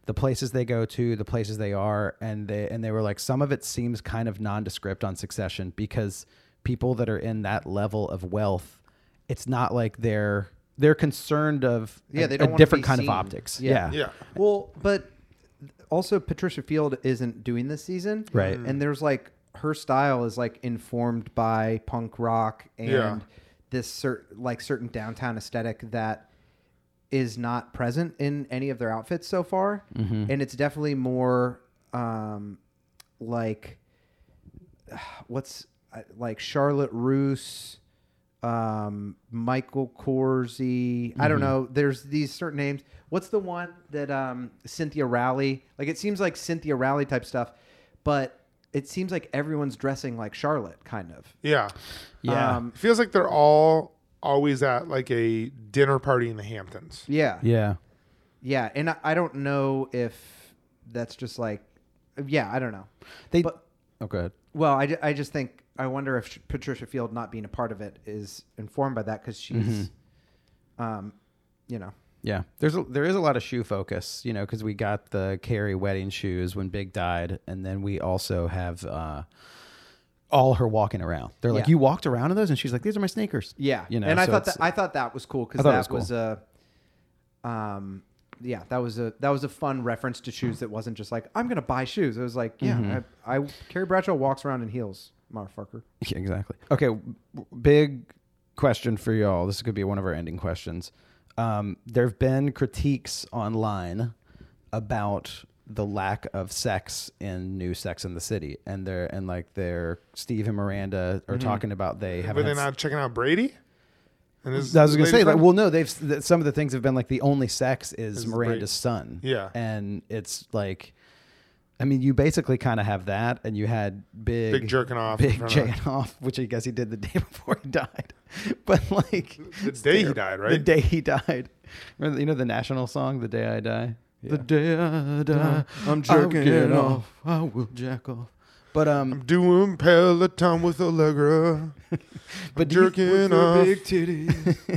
Speaker 2: the places they go to, the places they are, and they and they were like some of it seems kind of nondescript on Succession because people that are in that level of wealth, it's not like they're they're concerned of
Speaker 3: Yeah,
Speaker 2: a,
Speaker 3: they
Speaker 2: a
Speaker 3: don't wanna
Speaker 2: different
Speaker 3: be
Speaker 2: kind
Speaker 3: seen.
Speaker 2: of optics.
Speaker 3: Yeah.
Speaker 2: Yeah.
Speaker 4: Yeah.
Speaker 3: Well, but also Patricia Field isn't doing this season,
Speaker 2: Right.
Speaker 3: And there's like her style is like informed by punk rock and
Speaker 4: Yeah.
Speaker 3: this certain like certain downtown aesthetic that is not present in any of their outfits so far, and it's definitely more um, like what's uh, like Charlotte Roos, um, Michael Corsey. I don't know. There's these certain names. What's the one that um, Cynthia Rowley? Like it seems like Cynthia Rowley type stuff, but it seems like everyone's dressing like Charlotte, kind of.
Speaker 4: Yeah.
Speaker 2: Yeah.
Speaker 3: Um,
Speaker 4: It feels like they're all always at like a dinner party in the Hamptons.
Speaker 3: yeah.
Speaker 2: yeah.
Speaker 3: Yeah. And I, I don't know if that's just like, yeah, I don't know.
Speaker 2: They
Speaker 3: But-
Speaker 2: Oh good.
Speaker 3: Well, I, ju- I just think I wonder if sh- Patricia Field not being a part of it is informed by that because she's,
Speaker 2: Mm-hmm.
Speaker 3: um, you know,
Speaker 2: Yeah, there's a, there is a lot of shoe focus, you know, because we got the Carrie wedding shoes when Big died, and then we also have uh, all her walking around. They're like,
Speaker 3: Yeah.
Speaker 2: you walked around in those, and she's like, these are my sneakers.
Speaker 3: yeah,
Speaker 2: you know.
Speaker 3: and I
Speaker 2: so
Speaker 3: thought that
Speaker 2: it's-
Speaker 3: I thought that was cool because
Speaker 2: I thought it
Speaker 3: that
Speaker 2: was cool.
Speaker 3: was a, um, yeah, that was a that was a fun reference to shoes that wasn't just like I'm gonna buy shoes. It was like yeah,
Speaker 2: Mm-hmm.
Speaker 3: I, I Carrie Bradshaw walks around in heels, motherfucker.
Speaker 2: Yeah, exactly. Okay, w- big question for y'all. This could be one of our ending questions. Um, there have been critiques online about the lack of sex in new Sex in the City, and they're and like they're Steve and Miranda are
Speaker 3: Mm-hmm.
Speaker 2: talking about they
Speaker 4: Were
Speaker 2: haven't.
Speaker 4: they
Speaker 2: had
Speaker 4: not checking out Brady? And this
Speaker 2: I was gonna
Speaker 4: lady
Speaker 2: say, like,
Speaker 4: friend?
Speaker 2: well, no, they've th- some of the things have been like the only sex is
Speaker 4: the
Speaker 2: Miranda's
Speaker 4: rape.
Speaker 2: son.
Speaker 4: Yeah.
Speaker 2: and it's like, I mean, you basically kind of have that, and you had big
Speaker 4: Big jerking off in
Speaker 2: big
Speaker 4: front of-
Speaker 2: jerking off, which I guess he did the day before he died. but like
Speaker 4: The
Speaker 2: it's
Speaker 4: day
Speaker 2: terrible.
Speaker 4: he died,
Speaker 2: The
Speaker 4: right?
Speaker 2: day he died. Remember, you know the national song, "The Day I Die." The day I die, I'm
Speaker 3: jerking
Speaker 2: get
Speaker 3: off.
Speaker 2: I will jack off. But um,
Speaker 4: doing Peloton with Allegra.
Speaker 2: but do you-
Speaker 4: jerking off.
Speaker 3: titties.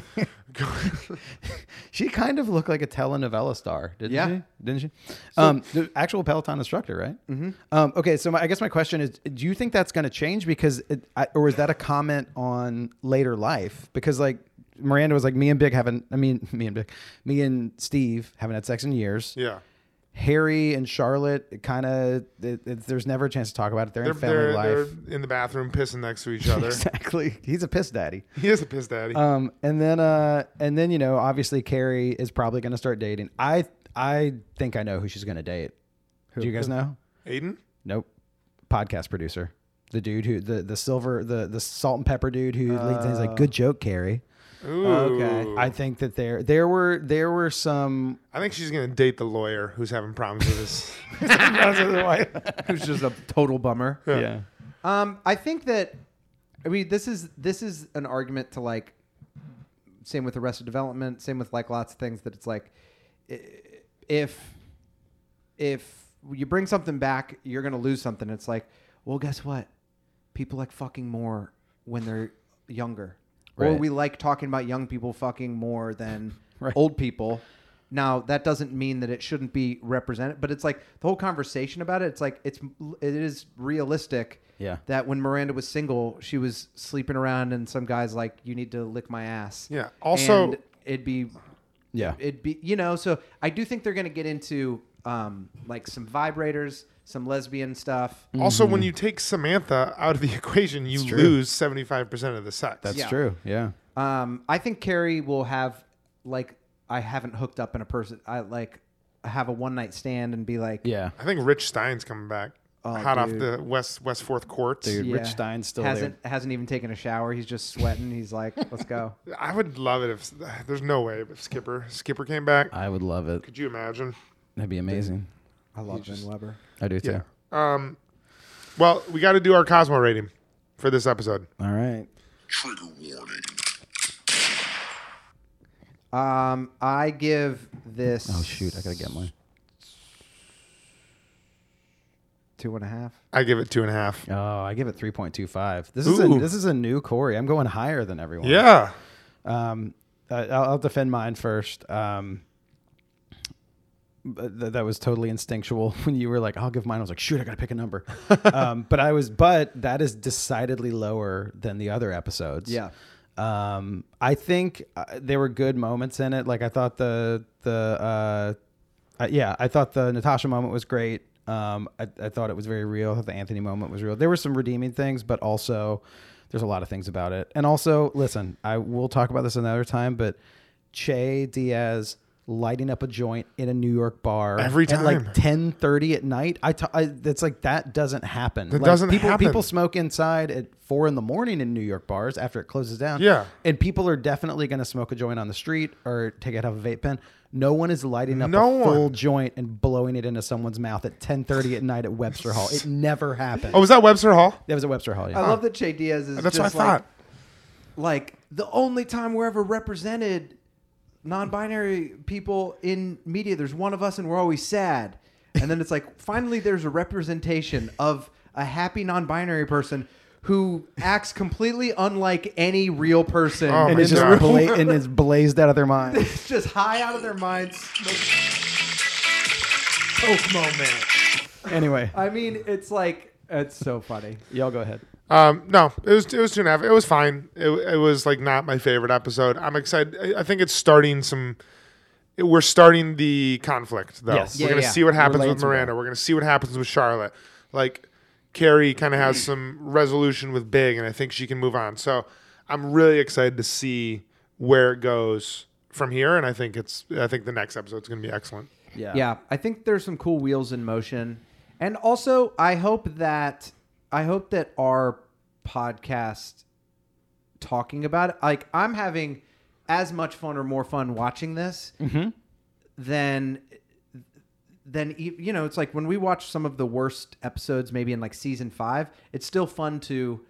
Speaker 2: She kind of looked like a telenovela star, didn't
Speaker 3: Yeah.
Speaker 2: she? Didn't she? um, the actual Peloton instructor, right? Mm-hmm. Um, okay, so my, I guess my question is: Do you think that's going to change because, it, I, or is that a comment on later life? Because like Miranda was like, me and Big haven't. I mean, me and Big, me and Steve haven't had sex in years.
Speaker 4: yeah.
Speaker 2: Harry and Charlotte kind of. There's never a chance to talk about it. They're,
Speaker 4: They're,
Speaker 2: in family
Speaker 4: they're,
Speaker 2: life.
Speaker 4: they're in the bathroom pissing next to each other.
Speaker 2: exactly. He's a piss daddy.
Speaker 4: he is a piss daddy.
Speaker 2: Um, and then uh, and then you know, obviously Carrie is probably going to start dating. I I think I know who she's going to date. Do you guys know?
Speaker 4: Aiden?
Speaker 2: Nope. Podcast producer, the dude who the the silver the the salt and pepper dude who leads in, he's like, good joke, Carrie.
Speaker 4: Ooh.
Speaker 2: I think that there there were there were some
Speaker 4: I think she's going to date the lawyer who's having problems with his.
Speaker 3: Who's just a total bummer.
Speaker 2: yeah
Speaker 3: Um, I think that I mean this is this is an argument to like same with Arrested Development, same with like lots of things that it's like i- if if you bring something back, you're gonna lose something. It's like, well, guess what? People like fucking more when they're younger, or
Speaker 2: Right.
Speaker 3: we like talking about young people fucking more than
Speaker 2: Right.
Speaker 3: old people. Now that doesn't mean that it shouldn't be represented, but it's like the whole conversation about it. It's like it's it is realistic.
Speaker 2: Yeah.
Speaker 3: That when Miranda was single, she was sleeping around, and some guys like you need to lick my ass.
Speaker 4: Yeah. Also-
Speaker 3: And it'd be
Speaker 2: yeah
Speaker 3: it'd be you know so i do think they're going to get into um, like some vibrators some lesbian stuff
Speaker 4: also, when you take Samantha out of the equation, you lose 75% of the sex.
Speaker 2: that's
Speaker 3: Yeah.
Speaker 2: true yeah
Speaker 3: Um, I think Carrie will have like I haven't hooked up in a person. I like have a one night stand and be like,
Speaker 2: Yeah.
Speaker 4: I think Rich Stein's coming back, hot off the West West Fourth Courts.
Speaker 2: Dude,
Speaker 3: yeah,
Speaker 2: Rich Stein's still there.
Speaker 3: hasn't hasn't even taken a shower. He's just sweating. He's like, let's go.
Speaker 4: I would love it if there's no way if Skipper Skipper came back.
Speaker 2: I would love it.
Speaker 4: Could you imagine?
Speaker 2: That'd be amazing.
Speaker 3: I love Ben Weber.
Speaker 2: I do too.
Speaker 4: Yeah. Um, well, we got to do our Cosmo rating for this episode.
Speaker 2: All right.
Speaker 3: Um, I give this
Speaker 2: Oh shoot, I gotta get mine.
Speaker 3: two and a half.
Speaker 4: I give it two and a half.
Speaker 2: Oh, I give it three point two five. This is a,
Speaker 4: Ooh.
Speaker 2: this is a new Corey. I'm going higher than everyone.
Speaker 4: Yeah.
Speaker 2: Um, I- I'll, I'll defend mine first. Um, but th- that was totally instinctual when you were like, "I'll give mine." I was like, "Shoot, I gotta pick a number." um, but I was, but that is decidedly lower than the other episodes.
Speaker 3: Yeah.
Speaker 2: Um, I think uh, there were good moments in it. Like I thought the the uh, uh, yeah, I thought the Natasha moment was great. Um, I, I thought it was very real. I thought the Anthony moment was real. There were some redeeming things, but also there's a lot of things about it. And also, listen, I will talk about this another time, but Che Diaz lighting up a joint in a New York bar
Speaker 4: Every
Speaker 2: at like
Speaker 4: time.
Speaker 2: 10:30 at night. I, t- I that's like that doesn't happen.
Speaker 4: That
Speaker 2: Like,
Speaker 4: doesn't
Speaker 2: people,
Speaker 4: happen.
Speaker 2: People smoke inside at four in the morning in New York bars after it closes down.
Speaker 4: Yeah.
Speaker 2: And people are definitely going to smoke a joint on the street or take it out of a vape pen. No one is lighting up
Speaker 4: No
Speaker 2: a full
Speaker 4: one.
Speaker 2: joint and blowing it into someone's mouth at 1030 at night at Webster Hall. It never happened.
Speaker 4: Oh, was that Webster Hall?
Speaker 2: that was at Webster Hall.
Speaker 3: I
Speaker 2: Yeah.
Speaker 3: love that Che Diaz is.
Speaker 4: That's
Speaker 3: just
Speaker 4: what I
Speaker 3: like,
Speaker 4: thought.
Speaker 3: Like the only time we're ever represented non-binary people in media. There's one of us, and we're always sad. And then it's like finally there's a representation of a happy non-binary person who acts completely unlike any real person.
Speaker 4: Oh
Speaker 2: and
Speaker 4: my
Speaker 2: it's just
Speaker 4: God.
Speaker 2: bla- and it's blazed out of their mind.
Speaker 3: It's just high out of their minds.
Speaker 2: Anyway,
Speaker 3: I mean, it's like it's so funny.
Speaker 2: y'all go ahead.
Speaker 4: Um, no, it was it was two and a half. It was fine. It, it was like not my favorite episode. I'm excited. I, I think it's starting some. We're starting the conflict though.
Speaker 2: Yes.
Speaker 4: We're
Speaker 2: Yeah,
Speaker 4: gonna
Speaker 3: yeah.
Speaker 4: see what happens
Speaker 2: laying
Speaker 4: with
Speaker 2: some
Speaker 4: Miranda. We're gonna see what happens with Charlotte. Like Carrie kind of has some resolution with Big, and I think she can move on. So I'm really excited to see where it goes from here. And I think it's I think the next episode's gonna be excellent.
Speaker 2: Yeah.
Speaker 3: yeah i think there's some cool wheels in motion and also i hope that i hope that our podcast talking about it like i'm having as much fun or more fun watching this than than e- you know it's like when we watch some of the worst episodes maybe in like season five it's still fun to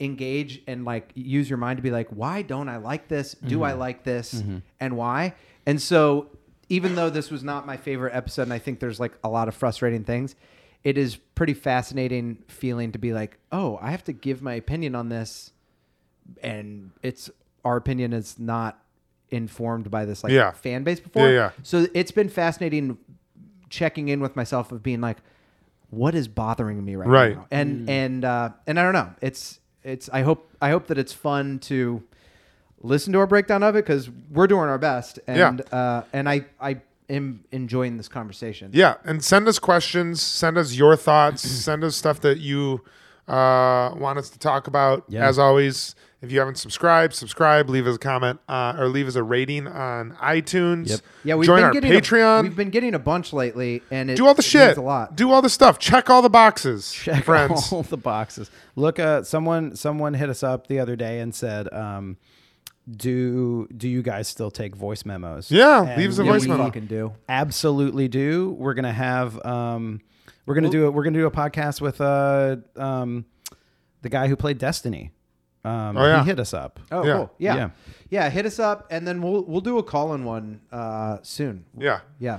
Speaker 3: engage and like use your mind to be like why don't i like this do i like this and why and so even though this was not my favorite episode and i think there's like a lot of frustrating things it is pretty fascinating feeling to be like oh i have to give my opinion on this and it's our opinion is not informed by this like
Speaker 4: Yeah.
Speaker 3: fan base before
Speaker 4: Yeah, yeah.
Speaker 3: so it's been fascinating checking in with myself of being like what is bothering me right,
Speaker 4: Right.
Speaker 3: now and and uh, and I don't know. It's it's. I hope I hope that it's fun to listen to our breakdown of it because we're doing our best. And uh, and I I am enjoying this conversation.
Speaker 4: Yeah, and send us questions, send us your thoughts, send us stuff that you uh, want us to talk about. As always, if you haven't subscribed, subscribe, leave us a comment uh, or leave us a rating on iTunes.
Speaker 3: Yeah, we've
Speaker 4: join
Speaker 3: been
Speaker 4: our
Speaker 3: getting a-
Speaker 4: Patreon.
Speaker 3: we've been getting a bunch lately, and it,
Speaker 4: do all the
Speaker 3: it
Speaker 4: shit.
Speaker 3: means a lot.
Speaker 4: Do all the stuff. Check all the boxes,
Speaker 2: check
Speaker 4: friends.
Speaker 2: all the boxes. Look, uh, someone someone hit us up the other day and said, um, "Do do you guys still take voice memos?"
Speaker 4: Yeah,
Speaker 2: And
Speaker 4: leave us a
Speaker 2: we
Speaker 4: voice
Speaker 3: we
Speaker 4: memo.
Speaker 3: fucking do.
Speaker 2: Absolutely do. We're gonna have um, we're gonna do it. We're gonna do a podcast with uh, um, the guy who played Destiny. Um,
Speaker 4: Oh, yeah.
Speaker 2: he hit us up.
Speaker 3: Oh,
Speaker 4: Yeah.
Speaker 3: cool. Yeah.
Speaker 2: Yeah.
Speaker 3: yeah, Hit us up, and then we'll we'll do a call in one uh, soon.
Speaker 4: Yeah.
Speaker 3: yeah.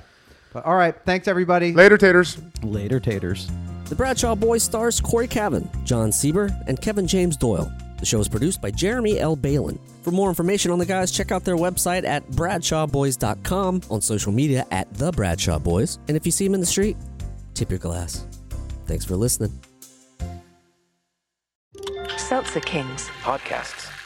Speaker 3: But all right, thanks everybody.
Speaker 4: Later, taters.
Speaker 2: Later, taters.
Speaker 8: The Bradshaw Boys stars Corey Cavan, John Sieber, and Kevin James Doyle. The show is produced by Jeremy L. Balin. For more information on the guys, check out their website at bradshawboys.com, on social media at The Bradshaw Boys, and if you see them in the street, tip your glass. Thanks for listening.
Speaker 9: Seltzer Kings.
Speaker 10: podcasts.